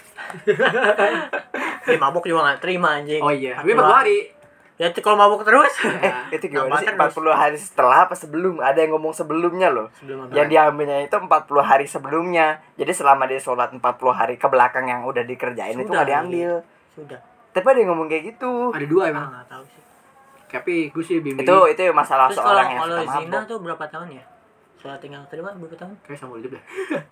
Speaker 3: Eh, mabuk juga nggak terima anjing.
Speaker 1: tapi empat hari.
Speaker 3: Ya tuh, kalau mabuk terus.
Speaker 2: eh itu gimana
Speaker 3: Tambah
Speaker 2: sih 40
Speaker 3: terus.
Speaker 2: hari setelah apa sebelum ada yang ngomong sebelumnya loh
Speaker 3: Sebelum
Speaker 2: yang diambilnya itu 40 hari sebelumnya jadi selama dia sholat 40 hari ke belakang yang udah dikerjain itu
Speaker 3: Sudah,
Speaker 2: nggak diambil
Speaker 3: Sudah.
Speaker 2: tapi ada yang ngomong kayak gitu
Speaker 1: Ada dua
Speaker 3: Ah
Speaker 1: emang.
Speaker 3: nggak tahu sih.
Speaker 1: Tapi gue sih bimbing.
Speaker 2: itu itu masalah
Speaker 3: Iya. Terus kalau
Speaker 2: seorang yang
Speaker 3: kalau
Speaker 2: suka
Speaker 3: zina
Speaker 2: mabok
Speaker 3: tuh berapa tahun ya? Sholat tinggal terima berapa tahun?
Speaker 1: kayak sama hidup dah.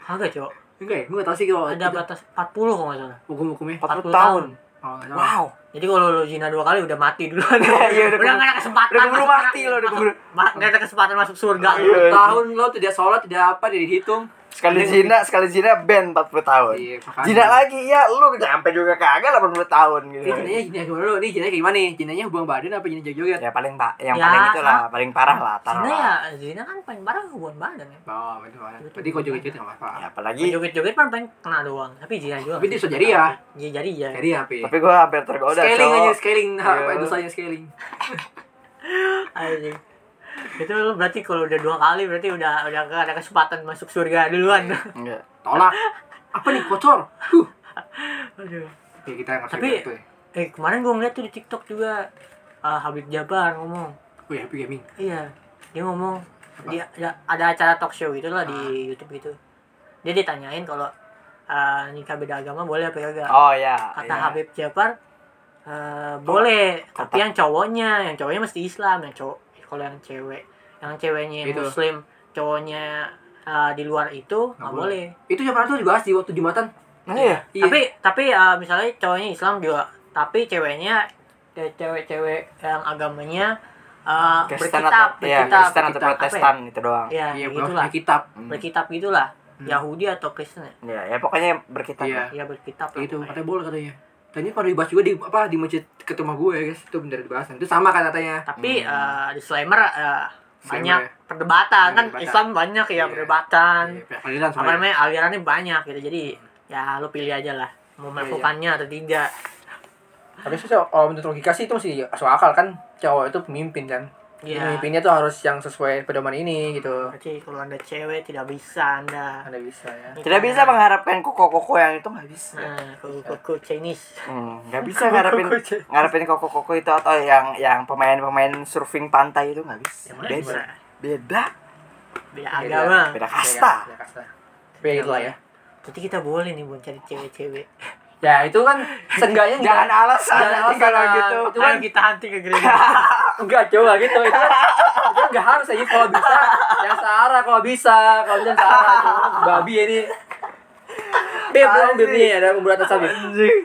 Speaker 3: Kagak, Cok.
Speaker 1: Enggak ya, gue nggak tahu sih kalau
Speaker 3: Ada batas 40 kalau nggak salah.
Speaker 1: hukum-hukumnya.
Speaker 2: 40
Speaker 3: 40
Speaker 2: tahun
Speaker 3: tahun. Nah.
Speaker 1: Oh, nggak tahu.
Speaker 2: wow
Speaker 3: Jadi kalau lo zina dua kali udah mati duluan.
Speaker 2: Iya, udah
Speaker 3: udah
Speaker 2: keburu-
Speaker 3: nggak ada kesempatan.
Speaker 2: udah keburu
Speaker 3: masuk-
Speaker 2: mati lo, udah keburu.
Speaker 3: Ma- nggak ada kesempatan masuk surga.
Speaker 2: Iya.
Speaker 1: tahun lo tidak sholat tidak apa tidak dihitung
Speaker 2: Sekali
Speaker 1: Ini-
Speaker 2: zina, sekali zina band 40 tahun.
Speaker 1: Iya, makanya.
Speaker 2: zina Oh. lagi ya lu nyampe juga kagak 80 tahun gitu.
Speaker 1: ini
Speaker 3: Iya,
Speaker 1: jinanya jinanya gimana lo ini jinanya kayak gimana nih jinanya hubungan badan apa jinanya joget
Speaker 2: Ya paling pak yang
Speaker 3: Ya,
Speaker 2: paling itulah, paling parah lah taruh.
Speaker 3: Zina ya,
Speaker 2: lah.
Speaker 3: zina kan paling parah hubungan badan ya.
Speaker 1: oh itu mana berarti kalau joget joget nggak apa-apa
Speaker 2: Ya, apalagi
Speaker 3: Joget-joget kan paling kena doang, tapi zina juga.
Speaker 1: Tapi dia bisa jadi ya.
Speaker 3: Iya jadi ya.
Speaker 1: jadi HP
Speaker 2: tapi gua hampir tergoda.
Speaker 1: scaling
Speaker 2: cowok.
Speaker 1: aja scaling apa
Speaker 2: Iya.
Speaker 1: itu saja scaling
Speaker 3: Anjing. Itu lo berarti kalau udah dua kali berarti udah udah nggak ada kesempatan masuk surga duluan.
Speaker 2: Enggak.
Speaker 1: tolak apa nih kocor huh
Speaker 3: Aduh.
Speaker 1: ya kita nggak
Speaker 3: Tapi-
Speaker 1: tapi ya
Speaker 3: Eh kemarin gue ngeliat tuh di TikTok juga ah, Habib Jabar ngomong.
Speaker 1: Wih, Oh happy gaming
Speaker 3: Iya, dia ngomong dia ada, ada acara talk show gitu
Speaker 2: Ah.
Speaker 3: lah di YouTube gitu. Dia ditanyain kalau eh, nikah beda agama boleh apa kagak.
Speaker 2: Oh ya.
Speaker 3: Kata
Speaker 2: iya.
Speaker 3: Habib Jabar eh, boleh,
Speaker 2: Kata-
Speaker 3: tapi yang cowoknya, yang cowoknya mesti Islam, yang cowok kalau yang cewek, yang ceweknya
Speaker 1: Gitu.
Speaker 3: muslim, cowoknya eh, di luar itu nggak boleh.
Speaker 1: itu siapa tuh dibahas di waktu jumatan
Speaker 2: Mana
Speaker 1: iya?
Speaker 2: ya?
Speaker 3: Tapi tapi eh, misalnya cowoknya Islam juga, tapi ceweknya eh, cewek-cewek yang agamanya eh,
Speaker 2: Kristen
Speaker 3: berkitab,
Speaker 2: atau ya,
Speaker 3: berkitab,
Speaker 2: Kristen atau
Speaker 3: berkitab, apa ya?
Speaker 2: Protestan itu doang.
Speaker 3: Ya,
Speaker 1: iya
Speaker 3: ya
Speaker 1: bro
Speaker 3: gitulah.
Speaker 1: nah, kitab
Speaker 2: Hmm.
Speaker 3: Berkitab gitulah.
Speaker 1: Hmm.
Speaker 3: Yahudi atau Kristen ya?
Speaker 2: Ya, ya pokoknya berkitab.
Speaker 1: Iya.
Speaker 3: Ya berkitab. lah
Speaker 1: itu
Speaker 3: pokoknya.
Speaker 1: katanya boleh katanya tadi pada dibahas juga di apa ya, di masjid ke rumah gue guys itu bener dibahas itu sama kan katanya
Speaker 3: Tapi eh, disclaimer eh, banyak perdebatan kan
Speaker 2: Perdebatan.
Speaker 3: Islam banyak ya
Speaker 1: Iya.
Speaker 3: perdebatan
Speaker 2: Pihak pengadilan
Speaker 3: apa
Speaker 2: sebenarnya.
Speaker 3: namanya alirannya banyak gitu jadi ya lu pilih aja lah mau melakukannya atau tidak
Speaker 1: Tapi sih kalau menurut logika sih itu masih masuk akal kan cowok itu pemimpin kan.
Speaker 3: ya
Speaker 1: Pemimpinnya tuh harus yang sesuai pedoman ini gitu.
Speaker 3: berarti kalau anda cewek tidak bisa anda
Speaker 1: Anda bisa ya.
Speaker 2: Tidak bisa mengharapkan koko-koko yang itu nggak bisa.
Speaker 3: nah kuku kuku Chinese
Speaker 2: Hmm, nggak bisa ngarepin ngarepin koko-koko itu atau yang yang pemain-pemain surfing pantai itu nggak
Speaker 3: Ya,
Speaker 2: bisa.
Speaker 1: Yang mana
Speaker 2: Beda.
Speaker 1: gimana?
Speaker 2: Beda.
Speaker 3: Ah. beda agama
Speaker 2: Ya, Beda kasta.
Speaker 1: Ya, kasta. Tapi gitu lah ya.
Speaker 3: jadi kita boleh nih buat cari cewek-cewek
Speaker 1: Ya itu kan seenggaknya
Speaker 2: Jangan alasan
Speaker 1: Jangan
Speaker 2: nanti
Speaker 1: alasan,
Speaker 2: kalau
Speaker 1: ah.
Speaker 2: gitu.
Speaker 1: Itu
Speaker 3: Ayo
Speaker 1: kan-
Speaker 3: kita hunting ke gereja
Speaker 1: Enggak coba gitu itu kan itu enggak harus aja kalau bisa yang Sarah kalau bisa kalau bisa Sarah Cuma babi ini Beb dong Beb nih ada pembuat asal Beb
Speaker 2: Anjing.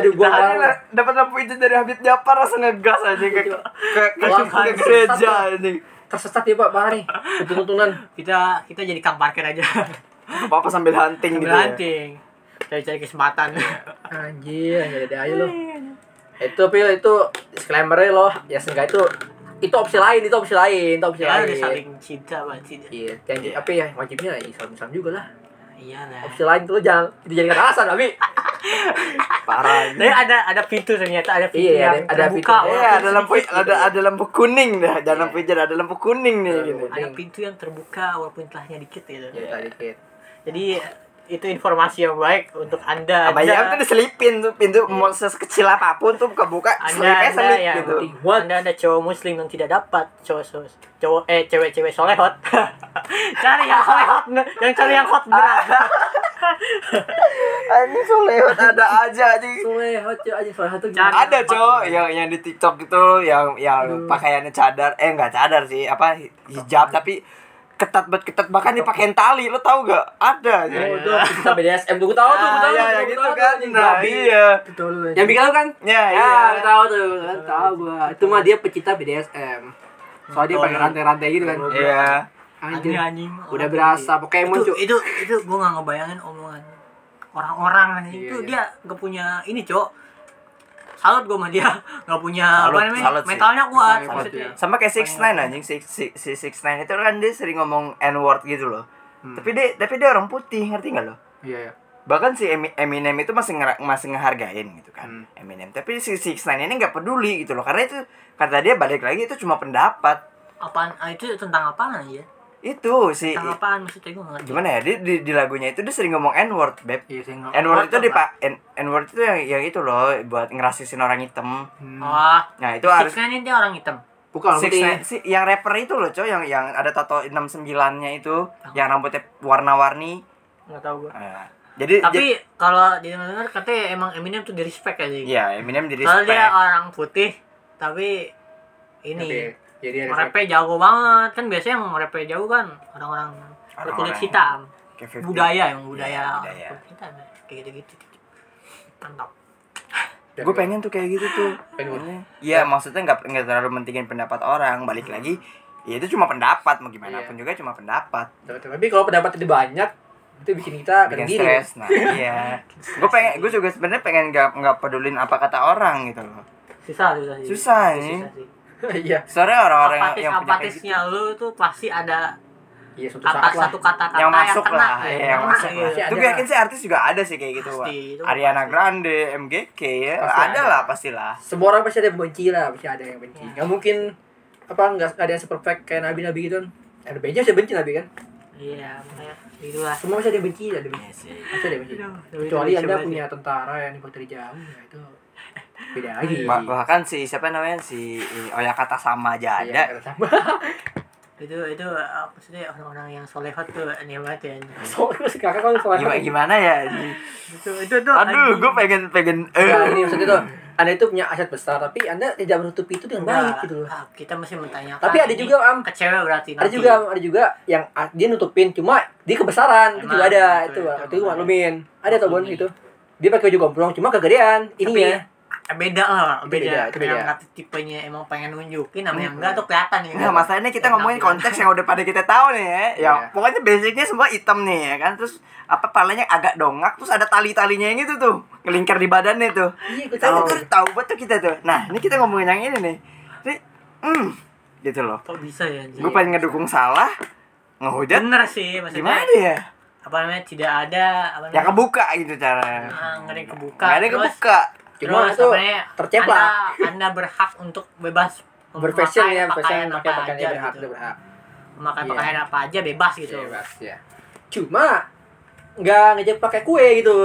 Speaker 1: Aduh gua
Speaker 2: Tadi
Speaker 1: malu.
Speaker 2: lah, dapat lampu hijau dari Habib Japar langsung ngegas aja ke ke ke,
Speaker 1: Wah,
Speaker 2: ke
Speaker 1: sesat
Speaker 2: gereja
Speaker 1: tuh.
Speaker 2: ini.
Speaker 1: tersesat ya Pak parah nih untung-untungan
Speaker 3: kita kita jadi kang parkir aja
Speaker 2: Apa apa sambil hunting gitu.
Speaker 3: sambil
Speaker 2: Ya.
Speaker 3: hunting cari-cari kesempatan
Speaker 1: anjir ya ada aja lo itu pil itu disclaimer lo ya seenggak itu itu opsi lain itu opsi lain itu opsi
Speaker 3: ya
Speaker 1: lain
Speaker 3: udah saling cinta banget sih
Speaker 1: Iya, yang apa ya wajibnya ya Islam-Islam juga lah.
Speaker 3: iya lah
Speaker 1: Opsi lain tuh lo jangan dijadikan alasan, Abi.
Speaker 2: Parah.
Speaker 3: Tapi ada ada pintu ternyata ada pintu
Speaker 1: Iya,
Speaker 3: yang
Speaker 1: ada- ada
Speaker 3: terbuka.
Speaker 1: pintu.
Speaker 3: walaupun
Speaker 2: Iya, ada lampu
Speaker 3: sedikit gitu
Speaker 2: ada
Speaker 3: ya.
Speaker 2: ada lampu kuning dah, jangan lampu hijau, ada lampu kuning nih gitu.
Speaker 1: Iya.
Speaker 3: ada pintu yang terbuka walaupun telahnya dikit gitu.
Speaker 1: Ya, tadi dikit.
Speaker 3: Jadi itu informasi yang baik untuk Anda.
Speaker 2: Apa
Speaker 3: Anda-
Speaker 2: ya tuh diselipin tuh pintu mau sekecil apapun tuh kebuka
Speaker 3: Anda
Speaker 2: selipnya
Speaker 3: Anda
Speaker 2: selip
Speaker 3: yang
Speaker 2: gitu.
Speaker 1: What?
Speaker 3: Anda Anda cowok muslim yang tidak dapat cowok cowok, cowok eh cewek-cewek solehot. cari yang solehot, nge- yang cari yang hot berat.
Speaker 2: Ini tuh lewat ada aja anjing.
Speaker 1: Soleh, hoce aja salah satu
Speaker 3: Jangan.
Speaker 1: gimana?
Speaker 2: Ada cowok yang yang di TikTok itu yang yang pakaiannya cadar, eh enggak cadar sih, apa hi- hijab tapi ketat banget ketat bahkan dipakein tali lo tau gak
Speaker 1: Oh,
Speaker 2: ada ya
Speaker 1: itu kita BDSM tuh, gue tahu tuh, gue
Speaker 2: Ah,
Speaker 1: tahu. tuh,
Speaker 2: ya, ya
Speaker 1: gua
Speaker 2: gitu
Speaker 1: tahu tuh,
Speaker 2: kan
Speaker 1: anjing,
Speaker 2: nah
Speaker 1: babi.
Speaker 2: iya
Speaker 1: Yang bikin lu kan?
Speaker 2: ya
Speaker 1: Ya,
Speaker 2: iya
Speaker 1: gue tahu tuh, gua kan tahu gua. Itu mah dia pecinta BDSM. Soalnya dia
Speaker 3: Betul.
Speaker 1: pakai rantai-rantai gitu kan.
Speaker 2: Oh, iya
Speaker 1: Anjir.
Speaker 3: Anjing, anjing.
Speaker 1: Udah berasa Pokemon,
Speaker 3: itu,
Speaker 1: cuy.
Speaker 3: itu itu gue nggak ngebayangin omongan orang-orang anjing.
Speaker 1: Iya,
Speaker 3: itu
Speaker 1: iya.
Speaker 3: dia nggak punya ini cok salut gue sama dia nggak punya
Speaker 2: Salut,
Speaker 3: apa namanya
Speaker 2: salut sih.
Speaker 3: mentalnya kuat
Speaker 1: Mentalnya kuat,
Speaker 3: maksudnya
Speaker 1: iya.
Speaker 2: sama kayak six nine anjing si si si six nine itu kan dia sering ngomong n word gitu loh tapi dia tapi dia orang putih ngerti nggak lo
Speaker 1: Iya, ya.
Speaker 2: bahkan si Emi- Eminem itu masih ngera- masih ngehargain gitu kan Eminem tapi si six nine ini nggak peduli gitu loh karena itu kata dia balik lagi itu cuma pendapat
Speaker 3: apaan ah, itu tentang apaan
Speaker 2: Iya,
Speaker 3: ya
Speaker 2: itu si
Speaker 3: tentang apaan maksudnya gue nggak ngerti
Speaker 2: gimana ya di, di, di lagunya itu dia sering ngomong n word beb
Speaker 1: Iya, saya nggak-
Speaker 2: n word itu
Speaker 1: Nggak-
Speaker 2: dipak n, N word itu yang yang itu loh buat ngerasisin orang hitam
Speaker 1: Hmm.
Speaker 3: oh
Speaker 2: nah itu
Speaker 3: itu
Speaker 2: harus
Speaker 3: ini dia orang hitam
Speaker 1: Bukan
Speaker 2: Six
Speaker 1: putih.
Speaker 2: Nine- si yang rapper itu loh, coy, yang yang ada tato 69-nya itu, yang rambutnya warna-warni.
Speaker 3: nggak tahu gue
Speaker 2: Eh, jadi jadi-
Speaker 3: tapi kalau didengar katanya emang Eminem tuh di respect aja gitu.
Speaker 2: iya, Eminem jadi
Speaker 3: soalnya dia
Speaker 2: respect.
Speaker 3: orang putih tapi ini
Speaker 1: Tapi, Jadi ada
Speaker 3: nge jago banget kan biasanya yang nge jago kan orang-orang berkulit
Speaker 2: Orang-orang.
Speaker 3: hitam
Speaker 2: Kayak 50.
Speaker 3: budaya yang budaya,
Speaker 2: Iya, budaya.
Speaker 3: budaya. kita kayak gitu gitu mantap
Speaker 2: Gue pengen tuh kayak gitu tuh.
Speaker 1: Pengen.
Speaker 2: Iya, maksudnya nggak nggak terlalu mentingin pendapat orang. Balik lagi, ya itu cuma pendapat, mau
Speaker 3: Iya.
Speaker 2: gimana pun juga cuma pendapat.
Speaker 1: Tapi kalau pendapat itu banyak, itu bikin kita
Speaker 2: Bikin
Speaker 1: kadang gini.
Speaker 2: stres. Nah, iya. Gue pengen, gue juga sebenarnya pengen nggak nggak pedulin apa kata orang gitu loh.
Speaker 3: susah susah sih
Speaker 2: Susah
Speaker 3: Itu
Speaker 2: nih.
Speaker 3: Iya, susah sih
Speaker 1: Iya,
Speaker 2: Soalnya orang-orang yang-
Speaker 3: apatis
Speaker 2: yang punya kayak gitu,
Speaker 3: apatisnya lu tuh pasti ada
Speaker 1: iya suatu
Speaker 3: kata
Speaker 1: saat lah.
Speaker 3: satu kata kata
Speaker 2: yang masuk
Speaker 3: kena,
Speaker 2: lah,
Speaker 3: ya,
Speaker 2: Iya, yang
Speaker 3: kena,
Speaker 2: masuk
Speaker 3: iya.
Speaker 2: lah.
Speaker 1: Pasti
Speaker 2: Itu
Speaker 1: ada
Speaker 2: gue
Speaker 1: lah.
Speaker 2: yakin sih artis juga ada sih kayak gitu.
Speaker 3: Pasti, itu
Speaker 2: Ariana
Speaker 3: pasti.
Speaker 2: Grande, MGK ya,
Speaker 1: Pasti
Speaker 2: ada
Speaker 1: ada.
Speaker 2: lah pastilah.
Speaker 1: semua orang pasti ada yang benci lah pasti ada yang benci
Speaker 3: Iya.
Speaker 1: nggak mungkin apa nggak nggak ada yang perfect kayak nabi nabi gitu kan ada benci sudah benci nabi kan
Speaker 3: iya makanya itulah
Speaker 1: semua pasti ada yang benci ada yang
Speaker 3: Iya
Speaker 1: benci pasti ada yang benci
Speaker 3: Ya.
Speaker 1: kecuali anda punya tentara yang dibuat dari jauh ya itu beda lagi
Speaker 2: Bah- bahkan kan si siapa namanya si Oyakata sama aja
Speaker 1: Iya,
Speaker 2: ada.
Speaker 1: karena sama
Speaker 3: itu itu eh, maksudnya orang-orang yang solehot tuh aneh banget ya
Speaker 1: soalnya masih kakak kan kalau soalnya
Speaker 2: Gimana, gimana ya?
Speaker 3: itu itu tuh
Speaker 2: Aduh,
Speaker 3: anjing.
Speaker 2: gue pengen pengen
Speaker 1: nah, ini
Speaker 2: eh.
Speaker 1: maksudnya tuh anda itu punya aset besar tapi anda tidak menutupi itu dengan
Speaker 3: Enggak,
Speaker 1: baik gitu loh
Speaker 3: ah, kita masih menanyakan
Speaker 1: tapi ada
Speaker 3: ini
Speaker 1: juga am
Speaker 3: ke cewek berarti
Speaker 1: ada
Speaker 3: nanti.
Speaker 1: juga ada juga yang ah, dia nutupin cuma dia kebesaran itu
Speaker 3: Emang,
Speaker 1: juga ada itu
Speaker 3: betul, betul,
Speaker 1: itu
Speaker 3: betul.
Speaker 1: maklumin ada tau bon
Speaker 3: Maklumi.
Speaker 1: itu dia pakai baju gombrong cuma kegedean ininya
Speaker 3: Eh, beda
Speaker 1: Iya.
Speaker 3: lah
Speaker 1: Itu
Speaker 3: beda,
Speaker 1: beda, itu beda. Hmm.
Speaker 3: yang kata tipenya emang pengen nunjukin sama yang enggak tuh kelihatan ya
Speaker 2: Nah, masalahnya kita ngomongin konteks yang udah pada kita tahu nih ya. Ya,
Speaker 1: Iya.
Speaker 2: pokoknya basicnya semua hitam nih ya kan. Terus apa palanya agak dongak, terus ada tali-talinya yang itu tuh, ngelingkar di badannya tuh.
Speaker 1: Iya, gue
Speaker 2: Kita
Speaker 1: tahu.
Speaker 2: tuh tahu betul kita tuh. Nah, ini kita ngomongin yang ini nih. Ini, hmm, gitu loh
Speaker 3: Kok bisa ya anjing?
Speaker 2: gue pengen ngedukung salah ngehujat
Speaker 3: Bener sih maksudnya.
Speaker 2: gimana ya
Speaker 3: Apa namanya? Tidak ada apa
Speaker 2: ya
Speaker 3: namanya?
Speaker 2: kebuka gitu cara
Speaker 3: Ah, nggak ada yang kebuka.
Speaker 2: nggak ada yang
Speaker 3: Terus-
Speaker 2: kebuka
Speaker 1: Cuma
Speaker 3: terus
Speaker 1: itu
Speaker 3: namanya,
Speaker 1: terceplak.
Speaker 3: Anda, anda berhak untuk bebas
Speaker 1: berfashion
Speaker 3: memakai
Speaker 1: ya
Speaker 3: pakaian
Speaker 1: berfashion pakai
Speaker 3: apa
Speaker 1: pakaian
Speaker 3: aja
Speaker 1: yang berhak
Speaker 3: gitu.
Speaker 1: dia berhak
Speaker 3: Memakai
Speaker 1: Iya.
Speaker 3: pakaian apa aja bebas gitu.
Speaker 1: bebas ya cuma nggak ngejek pakai kue gitu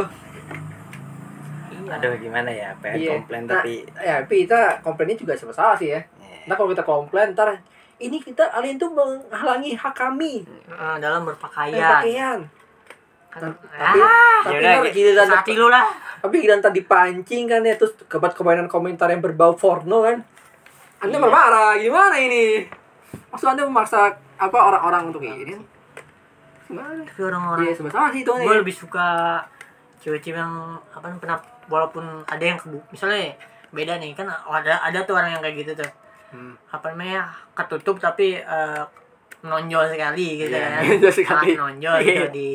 Speaker 3: Iya.
Speaker 2: aduh gimana ya pengen
Speaker 1: Iya.
Speaker 2: komplain
Speaker 1: Nah,
Speaker 2: tapi
Speaker 1: ya tapi kita komplainnya juga sama salah sih ya nah kalau kita komplain ntar ini kita alien tuh menghalangi hak kami
Speaker 3: Eh, dalam berpakaian.
Speaker 1: pakaian
Speaker 3: Kan-
Speaker 1: tapi
Speaker 3: Ah,
Speaker 1: tapi
Speaker 2: Yaudah,
Speaker 1: ntar giliran
Speaker 3: sakit lu lah.
Speaker 1: tapi giliran tadi pancing kan ya terus kebat kebanyakan komentar yang berbau porno kan anda
Speaker 3: Iya.
Speaker 1: marah-marah gimana ini maksud anda memaksa apa orang-orang untuk ini gimana
Speaker 3: Tapi orang-orang
Speaker 1: Iya, sebentar sih itu nih.
Speaker 3: gue lebih suka cewek-cewek yang apa namanya, pernah walaupun ada yang kebu misalnya beda nih kan ada ada tuh orang yang kayak gitu tuh
Speaker 1: Hmm.
Speaker 3: apa namanya ketutup tapi eh, menonjol sekali gitu
Speaker 1: Iya,
Speaker 3: kan
Speaker 1: menonjol sekali.
Speaker 3: Sangat menonjol gitu
Speaker 1: Iya.
Speaker 3: di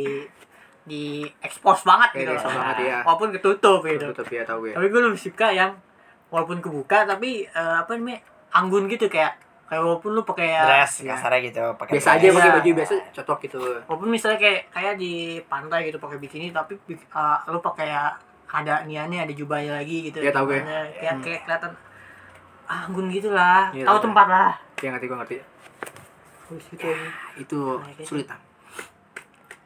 Speaker 3: di expose banget
Speaker 1: Iya,
Speaker 3: gitu
Speaker 1: di-expose
Speaker 3: loh.
Speaker 1: banget, iya.
Speaker 3: walaupun ketutup gitu
Speaker 1: Tutup ya tau gue.
Speaker 3: tapi gue lebih suka yang walaupun kebuka tapi eh, apa namanya anggun gitu kayak kayak walaupun lu pakai
Speaker 2: dress
Speaker 1: Iya.
Speaker 2: kasarnya gitu pakai
Speaker 1: Biasa aja
Speaker 2: dress.
Speaker 1: pakai
Speaker 3: Iya.
Speaker 1: baju biasa cocok gitu.
Speaker 3: walaupun misalnya kayak kayak di pantai gitu pakai bikini tapi uh, lu pakai ya, ada niannya ada jubahnya lagi gitu
Speaker 1: Iya, tahu gue.
Speaker 3: Makanya kayak kayak kelihatan ah, anggun gitu lah
Speaker 1: Iya,
Speaker 3: tahu
Speaker 1: tahu gue.
Speaker 3: tempat lah
Speaker 1: Ya ngerti gue ngerti.
Speaker 3: Terus gitu.
Speaker 1: Itu
Speaker 3: Oke.
Speaker 1: sulit ah.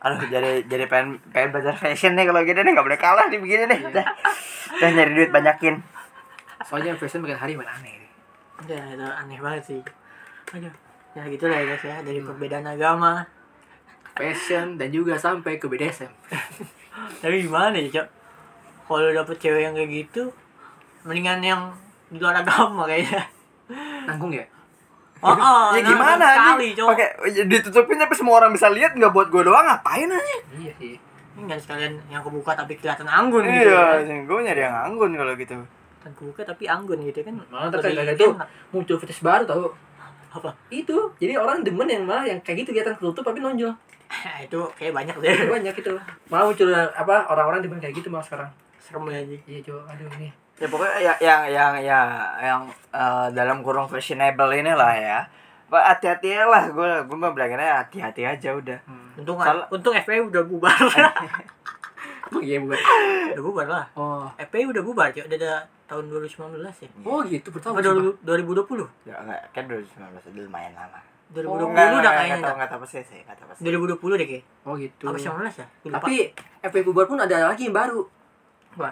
Speaker 2: aduh jadi jadi pengen pengen belajar fashion nih kalau gini nih nggak boleh kalah nih begini nih udah udah nyari duit banyakin
Speaker 1: Soalnya fashion makin hari makin aneh. nih.
Speaker 3: ya itu aneh banget sih aduh ya gitu lah ya guys ya dari perbedaan agama
Speaker 1: Fashion dan juga sampai ke BDSM.
Speaker 3: tapi gimana ya cok kalau dapet cewek yang kayak gitu mendingan yang di luar agama kayaknya
Speaker 1: Nanggung ya?
Speaker 3: oh, oh
Speaker 2: ya
Speaker 3: nah,
Speaker 2: gimana
Speaker 3: sama sekali
Speaker 2: anjing
Speaker 3: cok
Speaker 2: pakai ya, ditutupin tapi semua orang bisa lihat nggak buat gue doang ngapain aja
Speaker 1: Iya sih.
Speaker 3: ini kan sekalian yang kebuka tapi kelihatan anggun gitu
Speaker 2: iya
Speaker 3: ya.
Speaker 2: gue nyari yang anggun kalau gitu
Speaker 3: kan kebuka tapi anggun gitu kan
Speaker 1: Malah ntar
Speaker 3: Lebih
Speaker 1: kayak gitu
Speaker 3: enak.
Speaker 1: muncul fetish baru tau.
Speaker 3: apa
Speaker 1: Itu jadi orang demen yang malah yang kayak gitu kelihatan ketutup tapi nonjol.
Speaker 3: itu kayak banyak deh
Speaker 1: Banyak gitu. Malah muncul apa orang-orang demen kayak gitu malah sekarang.
Speaker 3: serem ya, aja
Speaker 1: Iya coba aduh ini.
Speaker 2: ya pokoknya ya, yang yang ya yang eh, dalam kurung fashionable inilah ya Pak, hati-hati lah gue gue mau bilanginnya hati-hati aja udah
Speaker 1: Hmm.
Speaker 3: untung
Speaker 2: Salah.
Speaker 3: untung FPI udah bubar
Speaker 1: Iya bukan.
Speaker 3: udah bubar lah
Speaker 1: Oh.
Speaker 3: FPI udah bubar cuy udah ada tahun 2019 ya
Speaker 1: Oh gitu pertama.
Speaker 3: apa dulu- 2020
Speaker 2: ya, enggak, kan 2019 udah lumayan lama
Speaker 3: 2020
Speaker 1: Oh,
Speaker 2: enggak enggak
Speaker 3: udah
Speaker 2: enggak,
Speaker 3: kayaknya
Speaker 2: enggak tahu enggak tahu persis sih enggak tahu persis
Speaker 3: 2020 deh kayak
Speaker 1: Oh gitu.
Speaker 3: apa 19 ya Gua lupa.
Speaker 1: Tapi FP Bubar pun ada lagi yang baru. Apa?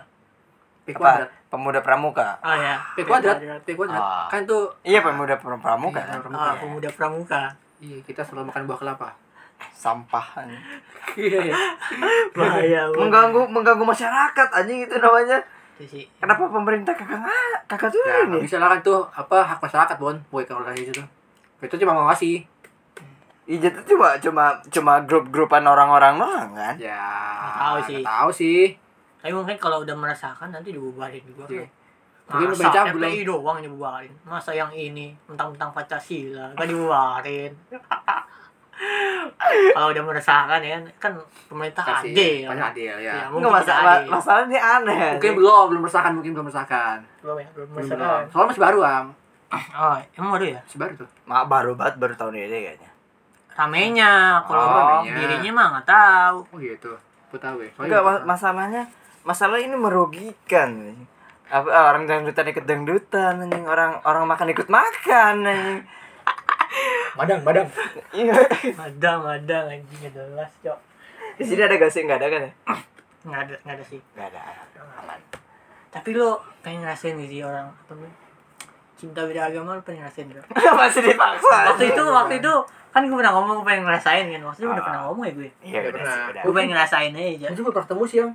Speaker 1: P
Speaker 2: apa
Speaker 1: kuadrat.
Speaker 2: pemuda pramuka
Speaker 3: oh ya
Speaker 1: P kuadrat. P kuadrat.
Speaker 2: Ah.
Speaker 1: Kan tuh
Speaker 2: Iya pemuda pra- pramuka
Speaker 1: Iya,
Speaker 2: kan?
Speaker 1: pramuka.
Speaker 3: ah pemuda pramuka
Speaker 1: iya, kita selalu makan buah kelapa.
Speaker 2: sampah
Speaker 1: Iya.
Speaker 3: bahaya banget
Speaker 2: mengganggu mengganggu masyarakat anjing itu namanya
Speaker 3: Itu sih
Speaker 2: kenapa pemerintah kagak nga- kagak tuh
Speaker 1: Nah,
Speaker 2: ini
Speaker 1: misalnya kan tuh apa hak masyarakat, Bon. Buat kalau kayak gitu. Itu cuma ngawasi.
Speaker 2: Iya itu cuma cuma cuma grup-grupan orang-orang doang kan
Speaker 1: Ya.
Speaker 3: tahu sih.
Speaker 1: nggak Tahu sih.
Speaker 3: tapi mungkin kalau udah merasakan nanti dibubarin juga
Speaker 1: Iya.
Speaker 3: kan
Speaker 1: Mungkin
Speaker 3: Masa
Speaker 1: udah cabul.
Speaker 3: FPI doang yang dibubarin Masa yang ini Mentang-mentang Pancasila Gak dibubarin Kalau udah meresahkan ya kan Kan pemerintah
Speaker 1: Kasih.
Speaker 3: adil
Speaker 1: Banyak adil ya.
Speaker 3: Ya, mungkin
Speaker 2: Enggak masalah
Speaker 3: adil.
Speaker 2: masalahnya aneh
Speaker 1: Mungkin belum, belum meresahkan, mungkin belum meresahkan.
Speaker 3: Belum ya Belum
Speaker 1: Belum,
Speaker 3: meresahkan
Speaker 1: belum. Soalnya masih baru, Am.
Speaker 3: Oh emang baru ya
Speaker 1: Masih baru tuh.
Speaker 2: Ma, baru banget baru tahun ini kayaknya
Speaker 3: Ramenya Kalau
Speaker 2: Oh,
Speaker 1: ramenya.
Speaker 3: dirinya mah gak tahu
Speaker 1: Oh gitu. Gue tahu ya. Soalnya
Speaker 2: enggak
Speaker 1: gua
Speaker 2: ma-
Speaker 1: pernah.
Speaker 2: masalahnya masalah ini merugikan apa eh, orang dangdutan ikut dangdutan anjing orang orang makan ikut makan anjing
Speaker 1: Madang, madang.
Speaker 2: iya
Speaker 3: Ada ada anjing gak jelas cok
Speaker 2: di sini ada gak sih nggak ada kan ya
Speaker 3: Gak ada, gak ada sih
Speaker 2: nggak ada aman
Speaker 3: Tapi lo pengen ngerasain gak sih orang Apa namanya Cinta beda agama lo pengen ngerasain gak?
Speaker 2: masih dipaksa
Speaker 3: waktu itu waktu itu kan gue pernah ngomong gue pengen ngerasain kan waktu itu udah
Speaker 2: Ah.
Speaker 3: pernah ngomong ya gue
Speaker 2: iya
Speaker 1: Nggak
Speaker 2: udah
Speaker 1: pernah.
Speaker 2: sih udah
Speaker 3: gue pengen ngerasain aja
Speaker 1: Itu gue pernah ketemu sih, Am.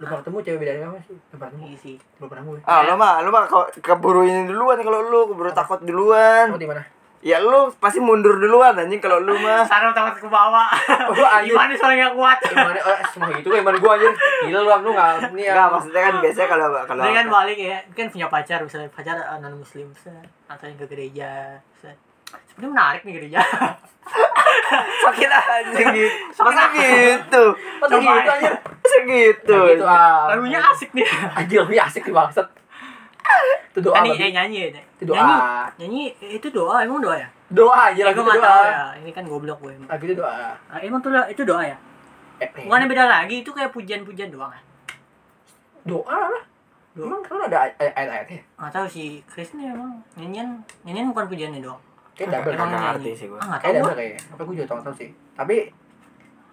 Speaker 1: Belum pernah ketemu cewek bedanya apa sih? Belum pernah ketemu.
Speaker 3: Iya sih
Speaker 1: Belum pernah gue.
Speaker 2: ah lo mah lo mah kau- keburu ini duluan kalau lu keburu takut duluan
Speaker 1: Kamu Oh, di mana?
Speaker 2: ya lu pasti mundur duluan anjing kalau lu mah
Speaker 3: sarung takut ke bawah
Speaker 1: Oh, anjir.
Speaker 3: gimana soalnya nggak kuat
Speaker 1: Gimana? Oh, semua gitu kayak mana gua anjir. Gila lu am lu enggak ini
Speaker 2: Enggak,
Speaker 1: ya.
Speaker 2: maksudnya kan biasanya kalau kalau
Speaker 3: dia kan balik ya kan punya pacar misalnya pacar non muslim atau yang ke gereja set. sebenarnya menarik nih gereja
Speaker 2: sakit anjing gitu. Masa gitu.
Speaker 1: Masa
Speaker 3: Coba.
Speaker 1: gitu anjir.
Speaker 2: Segitu.
Speaker 1: Nah, gitu ah.
Speaker 3: lagunya asik nih
Speaker 1: Anjir lebih asik nih bangsat. Itu doa.
Speaker 3: kan nih
Speaker 1: babi.
Speaker 3: eh, nyanyi ya Dek.
Speaker 1: Itu
Speaker 3: nyanyi
Speaker 1: doa.
Speaker 3: nyanyi eh, itu doa emang doa ya
Speaker 1: doa aja
Speaker 3: Ya,
Speaker 1: lagi
Speaker 3: gue
Speaker 1: itu
Speaker 3: nggak tahu
Speaker 1: doa
Speaker 3: ya. Ini kan goblok gue emang.
Speaker 1: lagi itu doa
Speaker 3: Ah, emang tuh itu doa ya?
Speaker 1: eh, eh,
Speaker 3: Bukannya beda lagi, itu kayak pujian-pujian doang kan?
Speaker 1: doa lah
Speaker 3: Doa.
Speaker 1: emang kan ada ay- ayat-ayatnya
Speaker 3: Nggak tahu sih, Kristen emang nyanyian, nyanyian bukan pujiannya doang.
Speaker 1: kayak double kan
Speaker 3: Emang ya.
Speaker 2: Nggak
Speaker 3: nyanyi.
Speaker 2: ngerti sih gue.
Speaker 3: Ah, nggak tahu
Speaker 1: kayak double
Speaker 3: gue.
Speaker 1: kayaknya apa gue juga tau tau sih tapi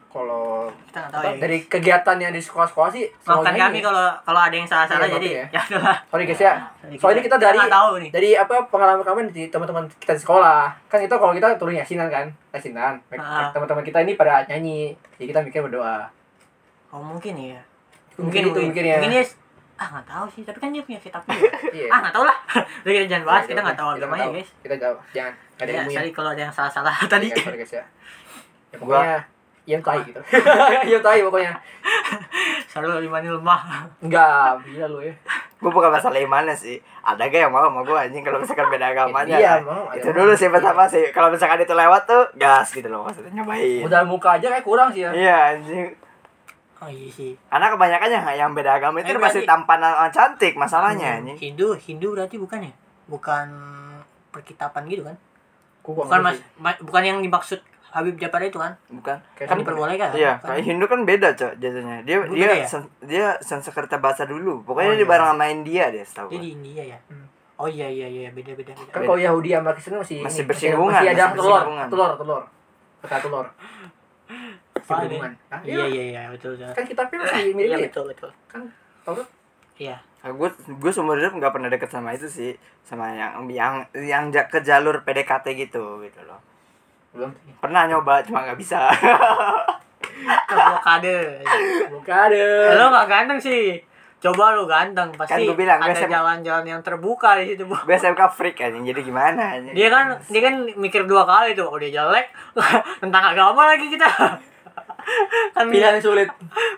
Speaker 1: kalau
Speaker 3: Kita nggak tahu
Speaker 1: apa,
Speaker 3: ya.
Speaker 1: dari kegiatan yang di sekolah-sekolah sih
Speaker 3: Maafkan
Speaker 1: selalu
Speaker 3: kami
Speaker 1: ini.
Speaker 3: kalau kalau ada yang salah-salah
Speaker 1: Iya,
Speaker 3: jadi
Speaker 1: maafin
Speaker 3: ya udahlah.
Speaker 1: sorry guys ya Soalnya kita dari-
Speaker 3: nggak tahu nih.
Speaker 1: dari apa pengalaman kami di teman-teman kita di sekolah kan kita kalau kita turun yasinan kan yasinan
Speaker 3: Ah.
Speaker 1: teman-teman kita ini pada nyanyi jadi kita mikir berdoa
Speaker 3: Oh mungkin ya.
Speaker 1: mungkin, itu mungkin ya
Speaker 3: Mungkin dia ah nggak tahu sih, tapi kan dia punya kitab juga.
Speaker 1: Iya.
Speaker 3: ah nggak tahu lah. Udah kita jangan bahas,
Speaker 1: Iya,
Speaker 3: kita nggak tahu
Speaker 1: kita
Speaker 3: agamanya
Speaker 1: tahu.
Speaker 3: guys.
Speaker 1: kita nggak tahu jangan nggak ada
Speaker 3: Ya,
Speaker 1: ilmunya
Speaker 3: sorry kalau ada yang salah-salah tadi.
Speaker 1: Iya, sorry guys ya ya pokoknya yang tai gitu yang tai pokoknya
Speaker 3: Selalu imannya lemah.
Speaker 1: enggak gila lu ya
Speaker 2: Gue bukan masalah imannya sih. Ada gak yang mau sama gue anjing kalau misalkan beda agamanya.
Speaker 1: Iya, mau, ada
Speaker 2: Itu
Speaker 1: mau.
Speaker 2: dulu sih pertama sih. Kalau misalkan itu lewat tuh gas gitu loh maksudnya nyobain.
Speaker 1: modal muka aja kayak kurang sih ya
Speaker 2: Iya anjing.
Speaker 3: Oh iya sih.
Speaker 2: Karena kebanyakan yang, yang beda agama itu
Speaker 3: Eh,
Speaker 2: pasti
Speaker 3: berarti-
Speaker 2: tampanan orang cantik
Speaker 1: Hmm.
Speaker 2: masalahnya anjing.
Speaker 3: Hmm, Hindu, Hindu berarti bukan ya? Bukan perkitapan gitu kan?
Speaker 1: Gua kurang
Speaker 3: Bukan mas,
Speaker 1: sih.
Speaker 3: ma- bukan yang dimaksud Habib Japar itu kan?
Speaker 2: Bukan.
Speaker 1: Kayak
Speaker 3: Kan
Speaker 1: Hindu.
Speaker 3: diperbolehkan. kan?
Speaker 2: Iya,
Speaker 3: Bukan.
Speaker 2: kayak Hindu kan beda, Cok, jadinya. Dia
Speaker 3: Bukan
Speaker 2: dia
Speaker 3: ya?
Speaker 2: sen- dia Sanskerta bahasa dulu. Pokoknya
Speaker 3: Oh,
Speaker 2: dia
Speaker 3: iya.
Speaker 2: bareng sama India deh, setahu
Speaker 3: Dia
Speaker 2: gua.
Speaker 3: di India ya?
Speaker 1: Hmm.
Speaker 3: Oh iya iya iya beda beda beda.
Speaker 1: kan kalau Yahudi sama Kristen masih
Speaker 2: Masih
Speaker 1: ini,
Speaker 2: bersinggungan,
Speaker 1: masih ada
Speaker 2: masih
Speaker 1: telur
Speaker 2: bersinggungan.
Speaker 1: telur telur kata telur masih
Speaker 3: Apaan
Speaker 1: berhubungan Hah,
Speaker 3: Iya iya iya betul betul.
Speaker 1: kan kitabnya masih mirip
Speaker 3: Iya
Speaker 1: mirip
Speaker 3: betul betul.
Speaker 1: kan Taurat
Speaker 3: Iya.
Speaker 2: Nah, gue gue seumur hidup nggak pernah deket sama itu sih sama yang yang yang ja- ke jalur PDKT gitu gitu loh
Speaker 1: belum
Speaker 2: pernah nyoba cuma nggak bisa
Speaker 3: Blokade.
Speaker 1: belum ada
Speaker 3: Lo nggak ganteng sih. Coba lu ganteng
Speaker 2: Kan
Speaker 3: pasti
Speaker 2: gua bilang, gua
Speaker 3: ada
Speaker 2: sem-
Speaker 3: jalan-jalan yang terbuka di situ. Bu.
Speaker 2: gue SMK freak anjing jadi gimana anjing?
Speaker 3: Dia kan dia kan mikir dua kali tuh, oh dia jelek tentang agama lagi kita. kan pilihan,
Speaker 1: pilihan sulit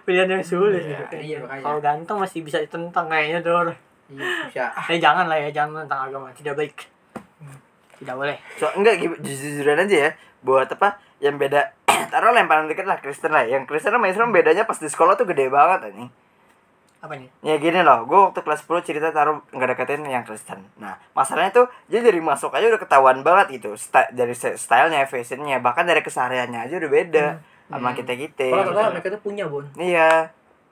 Speaker 3: pilihan yang sulit
Speaker 2: Iya,
Speaker 3: gitu.
Speaker 1: iya, makanya.
Speaker 3: Kalau ganteng masih bisa ditentang kayaknya, Dor.
Speaker 1: iya bisa
Speaker 3: Eh jangan lah ya, jangan tentang agama, tidak baik.
Speaker 1: Hmm.
Speaker 3: Tidak boleh.
Speaker 2: so enggak jujuran aja ya buat apa yang beda taruh lemparan deket lah Kristen lah yang Kristen sama Islam bedanya pas di sekolah tuh gede banget anjing
Speaker 3: Apa nih?
Speaker 2: ya gini loh gue waktu kelas 10 cerita taruh nggak deketin yang Kristen nah masalahnya tuh dia dari masuk aja udah ketahuan banget gitu Sta- dari se- stylenya fashionnya bahkan dari kesehariannya aja udah beda sama kita kita
Speaker 1: Hmm, kalau kata mereka tuh punya bon
Speaker 2: Iya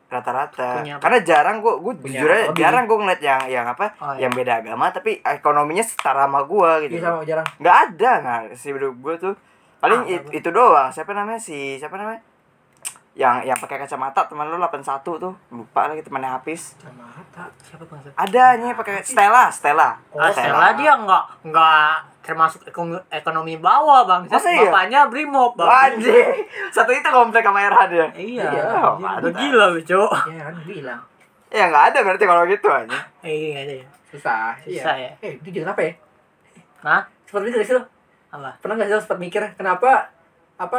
Speaker 2: rata-rata
Speaker 3: Punya apa?
Speaker 2: karena jarang gua gua
Speaker 1: Punya
Speaker 2: jujur aja
Speaker 1: hobi.
Speaker 2: jarang gua ngeliat yang yang apa
Speaker 3: Oh,
Speaker 2: yang
Speaker 3: iya.
Speaker 2: beda agama tapi ekonominya setara sama gua
Speaker 1: iya
Speaker 2: gitu
Speaker 1: sama Ah, jarang
Speaker 2: nggak ada nggak sih bro gua tuh paling
Speaker 3: Ada,
Speaker 2: it-
Speaker 3: Bro.
Speaker 2: itu doang siapa namanya si siapa namanya yang yang pakai kacamata teman lu 81 tuh lupa lagi temannya habis
Speaker 1: sama mata
Speaker 3: Siapa bangsa?
Speaker 2: ada nih pakai Stella Stella
Speaker 1: Oh,
Speaker 3: Ah, Stella dia nggak nggak termasuk ekon- ekonomi bawah bang.
Speaker 2: Masa iya?
Speaker 3: Bapaknya brimob bang.
Speaker 2: Anjir, satu itu komplek sama Erhan ya?
Speaker 3: Iya.
Speaker 1: Iya,
Speaker 3: Udah
Speaker 2: mantap.
Speaker 3: gila beco.
Speaker 1: ya kan bilang
Speaker 2: Ya nggak ada berarti kalau gitu aja
Speaker 3: Eh, Iya iya.
Speaker 1: susah
Speaker 3: Susah ya.
Speaker 1: eh itu jadi kenapa ya
Speaker 3: Hah?
Speaker 1: sempat mikir nggak sih lo
Speaker 3: Apa?
Speaker 1: pernah nggak sih lo sempat mikir kenapa apa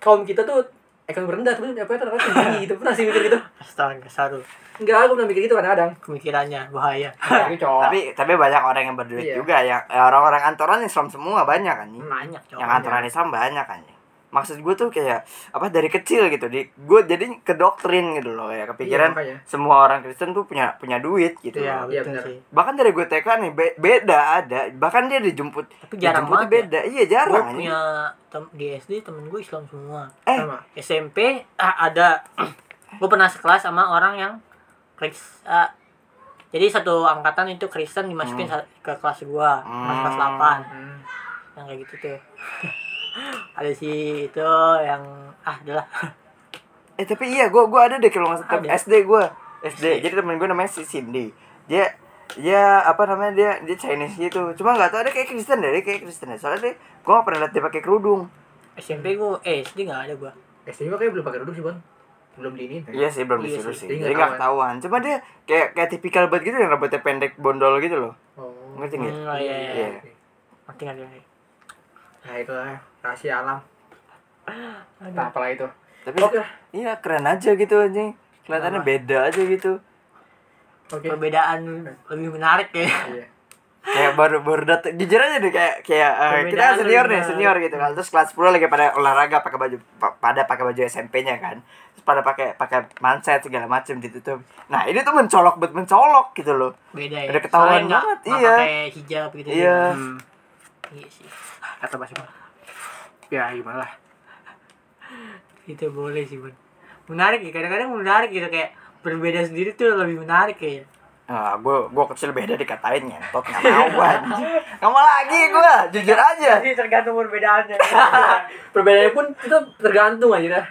Speaker 1: kaum kita tuh ekonomi rendah tapi apa ternyata tinggi gitu pernah sih mikir gitu
Speaker 3: Astaga saru
Speaker 1: enggak aku pernah mikir gitu kadang-kadang
Speaker 3: pemikirannya bahaya.
Speaker 1: Tapi
Speaker 3: Oh.
Speaker 1: cowok.
Speaker 2: Tapi tapi banyak orang yang berduit
Speaker 1: Iya.
Speaker 2: juga yang eh, orang-orang kantoran Islam semua banyak kan. Nyi?
Speaker 3: Banyak cowok.
Speaker 2: yang aturan Islam banyak kan maksud gue tuh kayak apa dari kecil gitu di gue jadi ke doktrin gitu loh ya
Speaker 1: Iya,
Speaker 2: kepikiran
Speaker 1: makanya.
Speaker 2: semua orang Kristen tuh punya punya duit gitu loh.
Speaker 3: Iya
Speaker 1: Iya,
Speaker 3: betul
Speaker 1: benar.
Speaker 3: sih.
Speaker 2: bahkan dari gue TK nih be- beda ada bahkan dia dijemput
Speaker 3: Tapi jarang
Speaker 2: dijemput tuh
Speaker 3: banget
Speaker 2: beda iya
Speaker 3: Gue
Speaker 2: jarang anjing.
Speaker 3: punya tem- di SD temen gue Islam semua.
Speaker 2: eh
Speaker 1: sama
Speaker 3: SMP ah, ada gue pernah sekelas sama orang yang Kris- ah, jadi satu angkatan itu Kristen dimasukin sa- ke kelas gua, pas kelas
Speaker 2: Hmm.
Speaker 3: 8
Speaker 1: Hmm.
Speaker 3: yang kayak gitu tuh ada si itu yang ah adalah
Speaker 2: eh tapi iya gue gue ada deh kalau nggak salah
Speaker 3: Ada.
Speaker 2: SD gue SD
Speaker 3: SD.
Speaker 2: jadi temen gue namanya si Cindy dia dia apa namanya dia dia Chinese gitu cuma nggak tau dia kayak Kristen deh dia kayak Kristen deh soalnya dia gue nggak pernah liat dia pakai kerudung
Speaker 3: SMP gua eh SD nggak ada gua
Speaker 1: SD gua kayak belum pakai duduk sih bon belum diinin
Speaker 2: Iya sih belum
Speaker 3: Iya
Speaker 2: disuruh
Speaker 3: sih,
Speaker 2: sih.
Speaker 1: jadi nggak
Speaker 2: Jadi nggak ketahuan. Cuma dia kayak kayak tipikal banget gitu yang rambutnya pendek bondol gitu loh.
Speaker 1: oh
Speaker 2: Ngerti nggak?
Speaker 3: hmm, oh, iya, iya.
Speaker 2: Iya.
Speaker 3: ngerti ngerti ngerti.
Speaker 1: nah itulah rahasia alam tak apalah itu
Speaker 2: Tapi
Speaker 1: oke lah
Speaker 2: iya keren aja gitu anjing. Kelihatannya
Speaker 3: Sama.
Speaker 2: beda aja gitu.
Speaker 1: oke
Speaker 3: perbedaan lebih menarik ya
Speaker 1: Iya.
Speaker 2: Kayak baru baru datang. Jujur aja deh kayak kayak eh, kita
Speaker 3: Perbedaan
Speaker 2: senior
Speaker 3: bener.
Speaker 2: nih, senior gitu kan. Terus kelas 10 lagi pada olahraga pakai baju pa- pada pakai baju SMP-nya kan. Terus pada pakai pakai manset segala macem ditutup. Nah, ini tuh mencolok buat mencolok gitu loh.
Speaker 3: beda ya
Speaker 2: Udah ketahuan
Speaker 3: Soalnya nggak-
Speaker 2: banget,
Speaker 3: nggak
Speaker 2: iya.
Speaker 3: pakai hijab gitu
Speaker 2: Iya.
Speaker 3: Hmm. Iya sih.
Speaker 1: kata Mas Iman. Ya gimana lah.
Speaker 3: Itu boleh sih, Bun. Menarik ya, kadang-kadang menarik gitu kayak berbeda sendiri tuh lebih menarik ya. kayaknya.
Speaker 2: Ah, gue gue kecil beda dikatain ngentot nggak mau gue anjing. Nggak mau lagi gue, jujur aja.
Speaker 3: Jadi tergantung perbedaannya.
Speaker 1: Perbedaannya pun itu tergantung aja dah.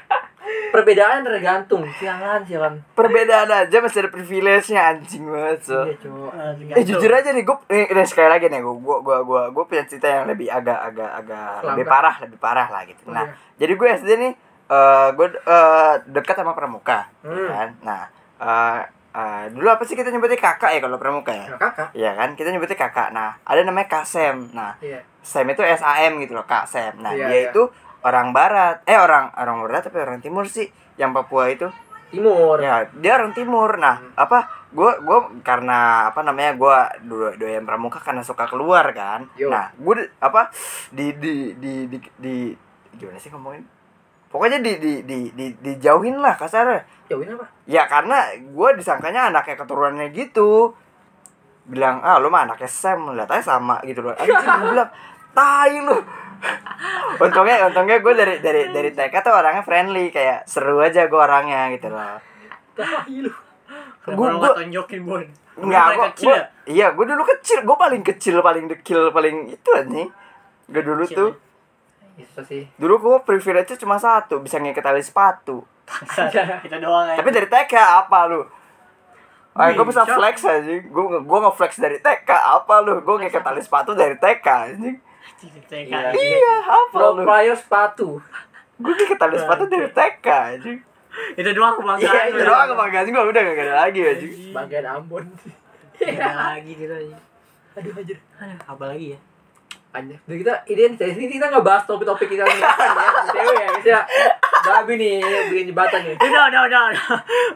Speaker 1: Perbedaan tergantung. Sialan, sialan.
Speaker 2: Perbedaan aja masih ada privilege-nya anjing banget so.
Speaker 1: Iya, cowok.
Speaker 3: Ah,
Speaker 2: Eh jujur aja nih gue, nih, nih, sekali lagi nih gue, gue, gue, gue, gue punya cerita yang lebih agak, agak, agak lebih
Speaker 1: Lambat.
Speaker 2: parah, lebih parah lah gitu. Nah,
Speaker 1: Iya.
Speaker 2: jadi gue SD nih, eh gue eh, dekat sama pramuka, ya
Speaker 1: Hmm.
Speaker 2: kan? Nah, eh eh, dulu apa sih kita nyebutnya kakak ya kalau pramuka ya?
Speaker 1: Ya, kakak.
Speaker 2: Iya kan, kita nyebutnya kakak. Nah, ada namanya Kasem. Nah,
Speaker 1: Iya.
Speaker 2: Sam itu SAM gitu loh Kak Sam. Nah
Speaker 1: Iya,
Speaker 2: dia
Speaker 1: iya.
Speaker 2: itu orang barat, eh orang orang barat tapi orang timur sih yang Papua itu.
Speaker 1: Timur.
Speaker 2: Ya dia orang timur. Nah apa? Gue gue karena apa namanya gue dulu doyan pramuka karena suka keluar kan.
Speaker 1: Yo.
Speaker 2: Nah gue apa di di, di di di- gimana sih ngomongin? Pokoknya di di di di dijauhin lah kasarnya.
Speaker 1: Jauhin apa?
Speaker 2: Ya karena gue disangkanya anaknya keturunannya gitu Bilang, ah lu mah anaknya Sam, lihat aja sama gitu loh Anjing gue bilang, tai lu Untungnya, untungnya gue dari, dari, dari TK tuh orangnya friendly Kayak seru aja gue orangnya gitu loh
Speaker 1: Tai Ah, iya lu.
Speaker 2: Gua-
Speaker 3: Gua
Speaker 2: gua-
Speaker 3: tonjokin, Bun.
Speaker 2: Enggak,
Speaker 3: Mulai
Speaker 2: gue,
Speaker 3: kecil ya?
Speaker 2: iya gue dulu kecil, gue paling kecil, paling dekil, paling itu anjing Gue dulu
Speaker 3: Kecil
Speaker 2: tuh,
Speaker 1: Ya, susah sih.
Speaker 2: dulu gue privilege cuma satu, bisa ngeket tali sepatu
Speaker 3: Kita doang aja.
Speaker 2: Tapi dari TK apa lu? Ah, gue bisa
Speaker 3: Bisa.
Speaker 2: flex aja. Gue gue nge-flex dari TK apa lu? Gue ngeket tali sepatu dari TK anjing.
Speaker 1: Iya.
Speaker 3: Iya. Nah,
Speaker 2: Iya, apa
Speaker 1: Pro
Speaker 2: lu?
Speaker 1: player sepatu.
Speaker 2: Gue ngeket tali sepatu dari TK anjing.
Speaker 3: Itu doang kebanggaan.
Speaker 2: Iya, itu doang kebanggaan gue udah gak ada lagi anjing.
Speaker 1: Bagian Ambon.
Speaker 3: Ada lagi gitu aja.
Speaker 1: Aduh anjir.
Speaker 3: Aduh, apa lagi ya?
Speaker 1: Anjir. Jadi kita ini dari sini kita nggak bahas topik-topik kita nih. Ya, Cewek ya, guys ya. Babi nih bikin jembatan nih.
Speaker 3: Udah, udah, udah, udah.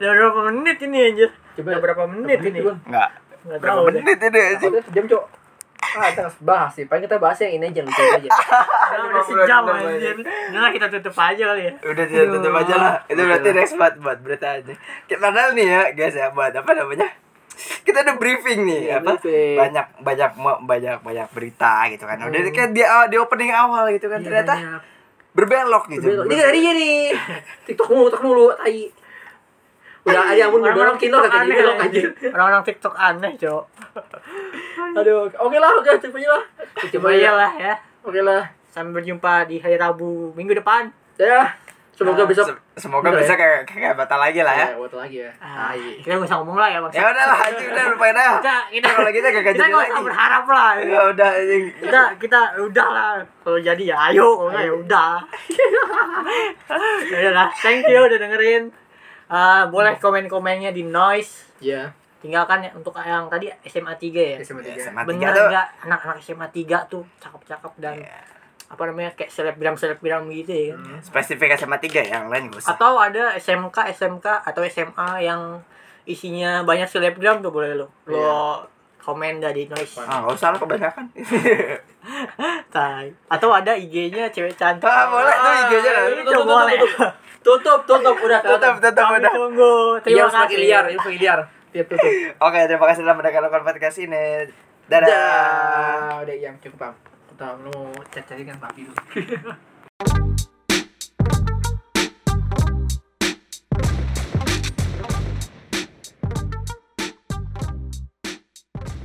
Speaker 3: Udah berapa menit ini anjir?
Speaker 1: Coba
Speaker 3: Udah berapa menit ini?
Speaker 1: Bun?
Speaker 2: Enggak.
Speaker 3: Enggak
Speaker 2: Berapa
Speaker 3: tahu. deh.
Speaker 2: menit ini anjing?
Speaker 1: Takutnya sejam cok. Ah, kita harus bahas sih. Paling kita bahas yang ini aja lucu aja.
Speaker 3: Udah udah sejam anjir. Udah kita tutup aja kali ya.
Speaker 2: Udah tidak tutup aja lah. Itu berarti next part buat berita aja. Kita padahal nih ya, guys ya, buat apa namanya? Kita ada briefing nih,
Speaker 1: Iya,
Speaker 2: apa?
Speaker 1: briefing.
Speaker 2: Banyak banyak banyak banyak berita gitu kan. Udah kayak di, di opening awal gitu kan ternyata.
Speaker 3: Hmm. Iya, banyak.
Speaker 2: berbelok gitu.
Speaker 1: Belok. Ini dari ini. TikTok mulu, TikTok mulu, tai. Udah
Speaker 2: iya,
Speaker 1: aja Ambon berbelok
Speaker 3: Orang-orang TikTok
Speaker 1: kilo kata
Speaker 3: aneh
Speaker 1: dia belok
Speaker 3: anjir.
Speaker 1: anjir.
Speaker 3: Orang-orang TikTok aneh, Cok.
Speaker 1: Aduh, oke lah, oke coba aja lah. Coba
Speaker 3: Coba
Speaker 1: aja lah.
Speaker 3: iyalah ya.
Speaker 1: Oke lah.
Speaker 3: Sampai berjumpa di hari Rabu minggu depan.
Speaker 1: Ya, semoga bisa
Speaker 2: Se- Semoga
Speaker 1: Bener ya?
Speaker 2: bisa kayak kayak batal lagi lah ya.
Speaker 1: Ya, buat lagi ya.
Speaker 3: Ah,
Speaker 1: Tai.
Speaker 3: kita nggak usah ngomong lah ya, Bang.
Speaker 2: Ya udah lah, anjing udah lupain aja.
Speaker 3: Kita kita
Speaker 2: Kalau gitu kita gak
Speaker 3: kita
Speaker 2: jadi
Speaker 3: nggak usah
Speaker 2: lagi.
Speaker 3: berharap lah.
Speaker 2: Ya udah anjing.
Speaker 3: Kita kita udah lah. Kalau jadi ya ayo, kalau nggak ya udah. ya udah, thank you udah dengerin. Ah, boleh komen-komennya di noise.
Speaker 1: Iya,
Speaker 3: Tinggalkan ya, untuk yang tadi SMA 3 ya.
Speaker 1: SMA
Speaker 2: Ya,
Speaker 1: 3.
Speaker 2: sama tiga
Speaker 3: Bener
Speaker 2: tuh.
Speaker 3: nggak anak-anak SMA 3 tuh cakep-cakep dan
Speaker 2: Ya,
Speaker 3: apa namanya kayak selebgram-selebgram gitu ya.
Speaker 2: Hmm.
Speaker 3: kan?
Speaker 2: Spesifik SMA 3 yang lain gue usah.
Speaker 3: Atau ada SMK, SMK atau SMA yang isinya banyak selebgram tuh boleh lo. Lo
Speaker 1: Iya.
Speaker 3: komen dari noise.
Speaker 2: Ah, gak usah lah kebanyakan.
Speaker 3: Tai. Atau ada IG-nya cewek cantik.
Speaker 2: Ah, boleh tuh IG-nya lah.
Speaker 3: Itu boleh.
Speaker 1: Tutup, tutup, udah
Speaker 2: Tutup, tutup
Speaker 3: Kami
Speaker 2: udah.
Speaker 3: tunggu.
Speaker 1: Iya,
Speaker 3: Terima
Speaker 1: semakin
Speaker 3: kasih.
Speaker 1: liar, iya, semakin liar. Tiap tutup.
Speaker 2: Oke, terima kasih telah mendengarkan podcast ini. Dadah.
Speaker 1: Udah, udah yang cukup, Pam. Kita mau cari kan Papi dulu.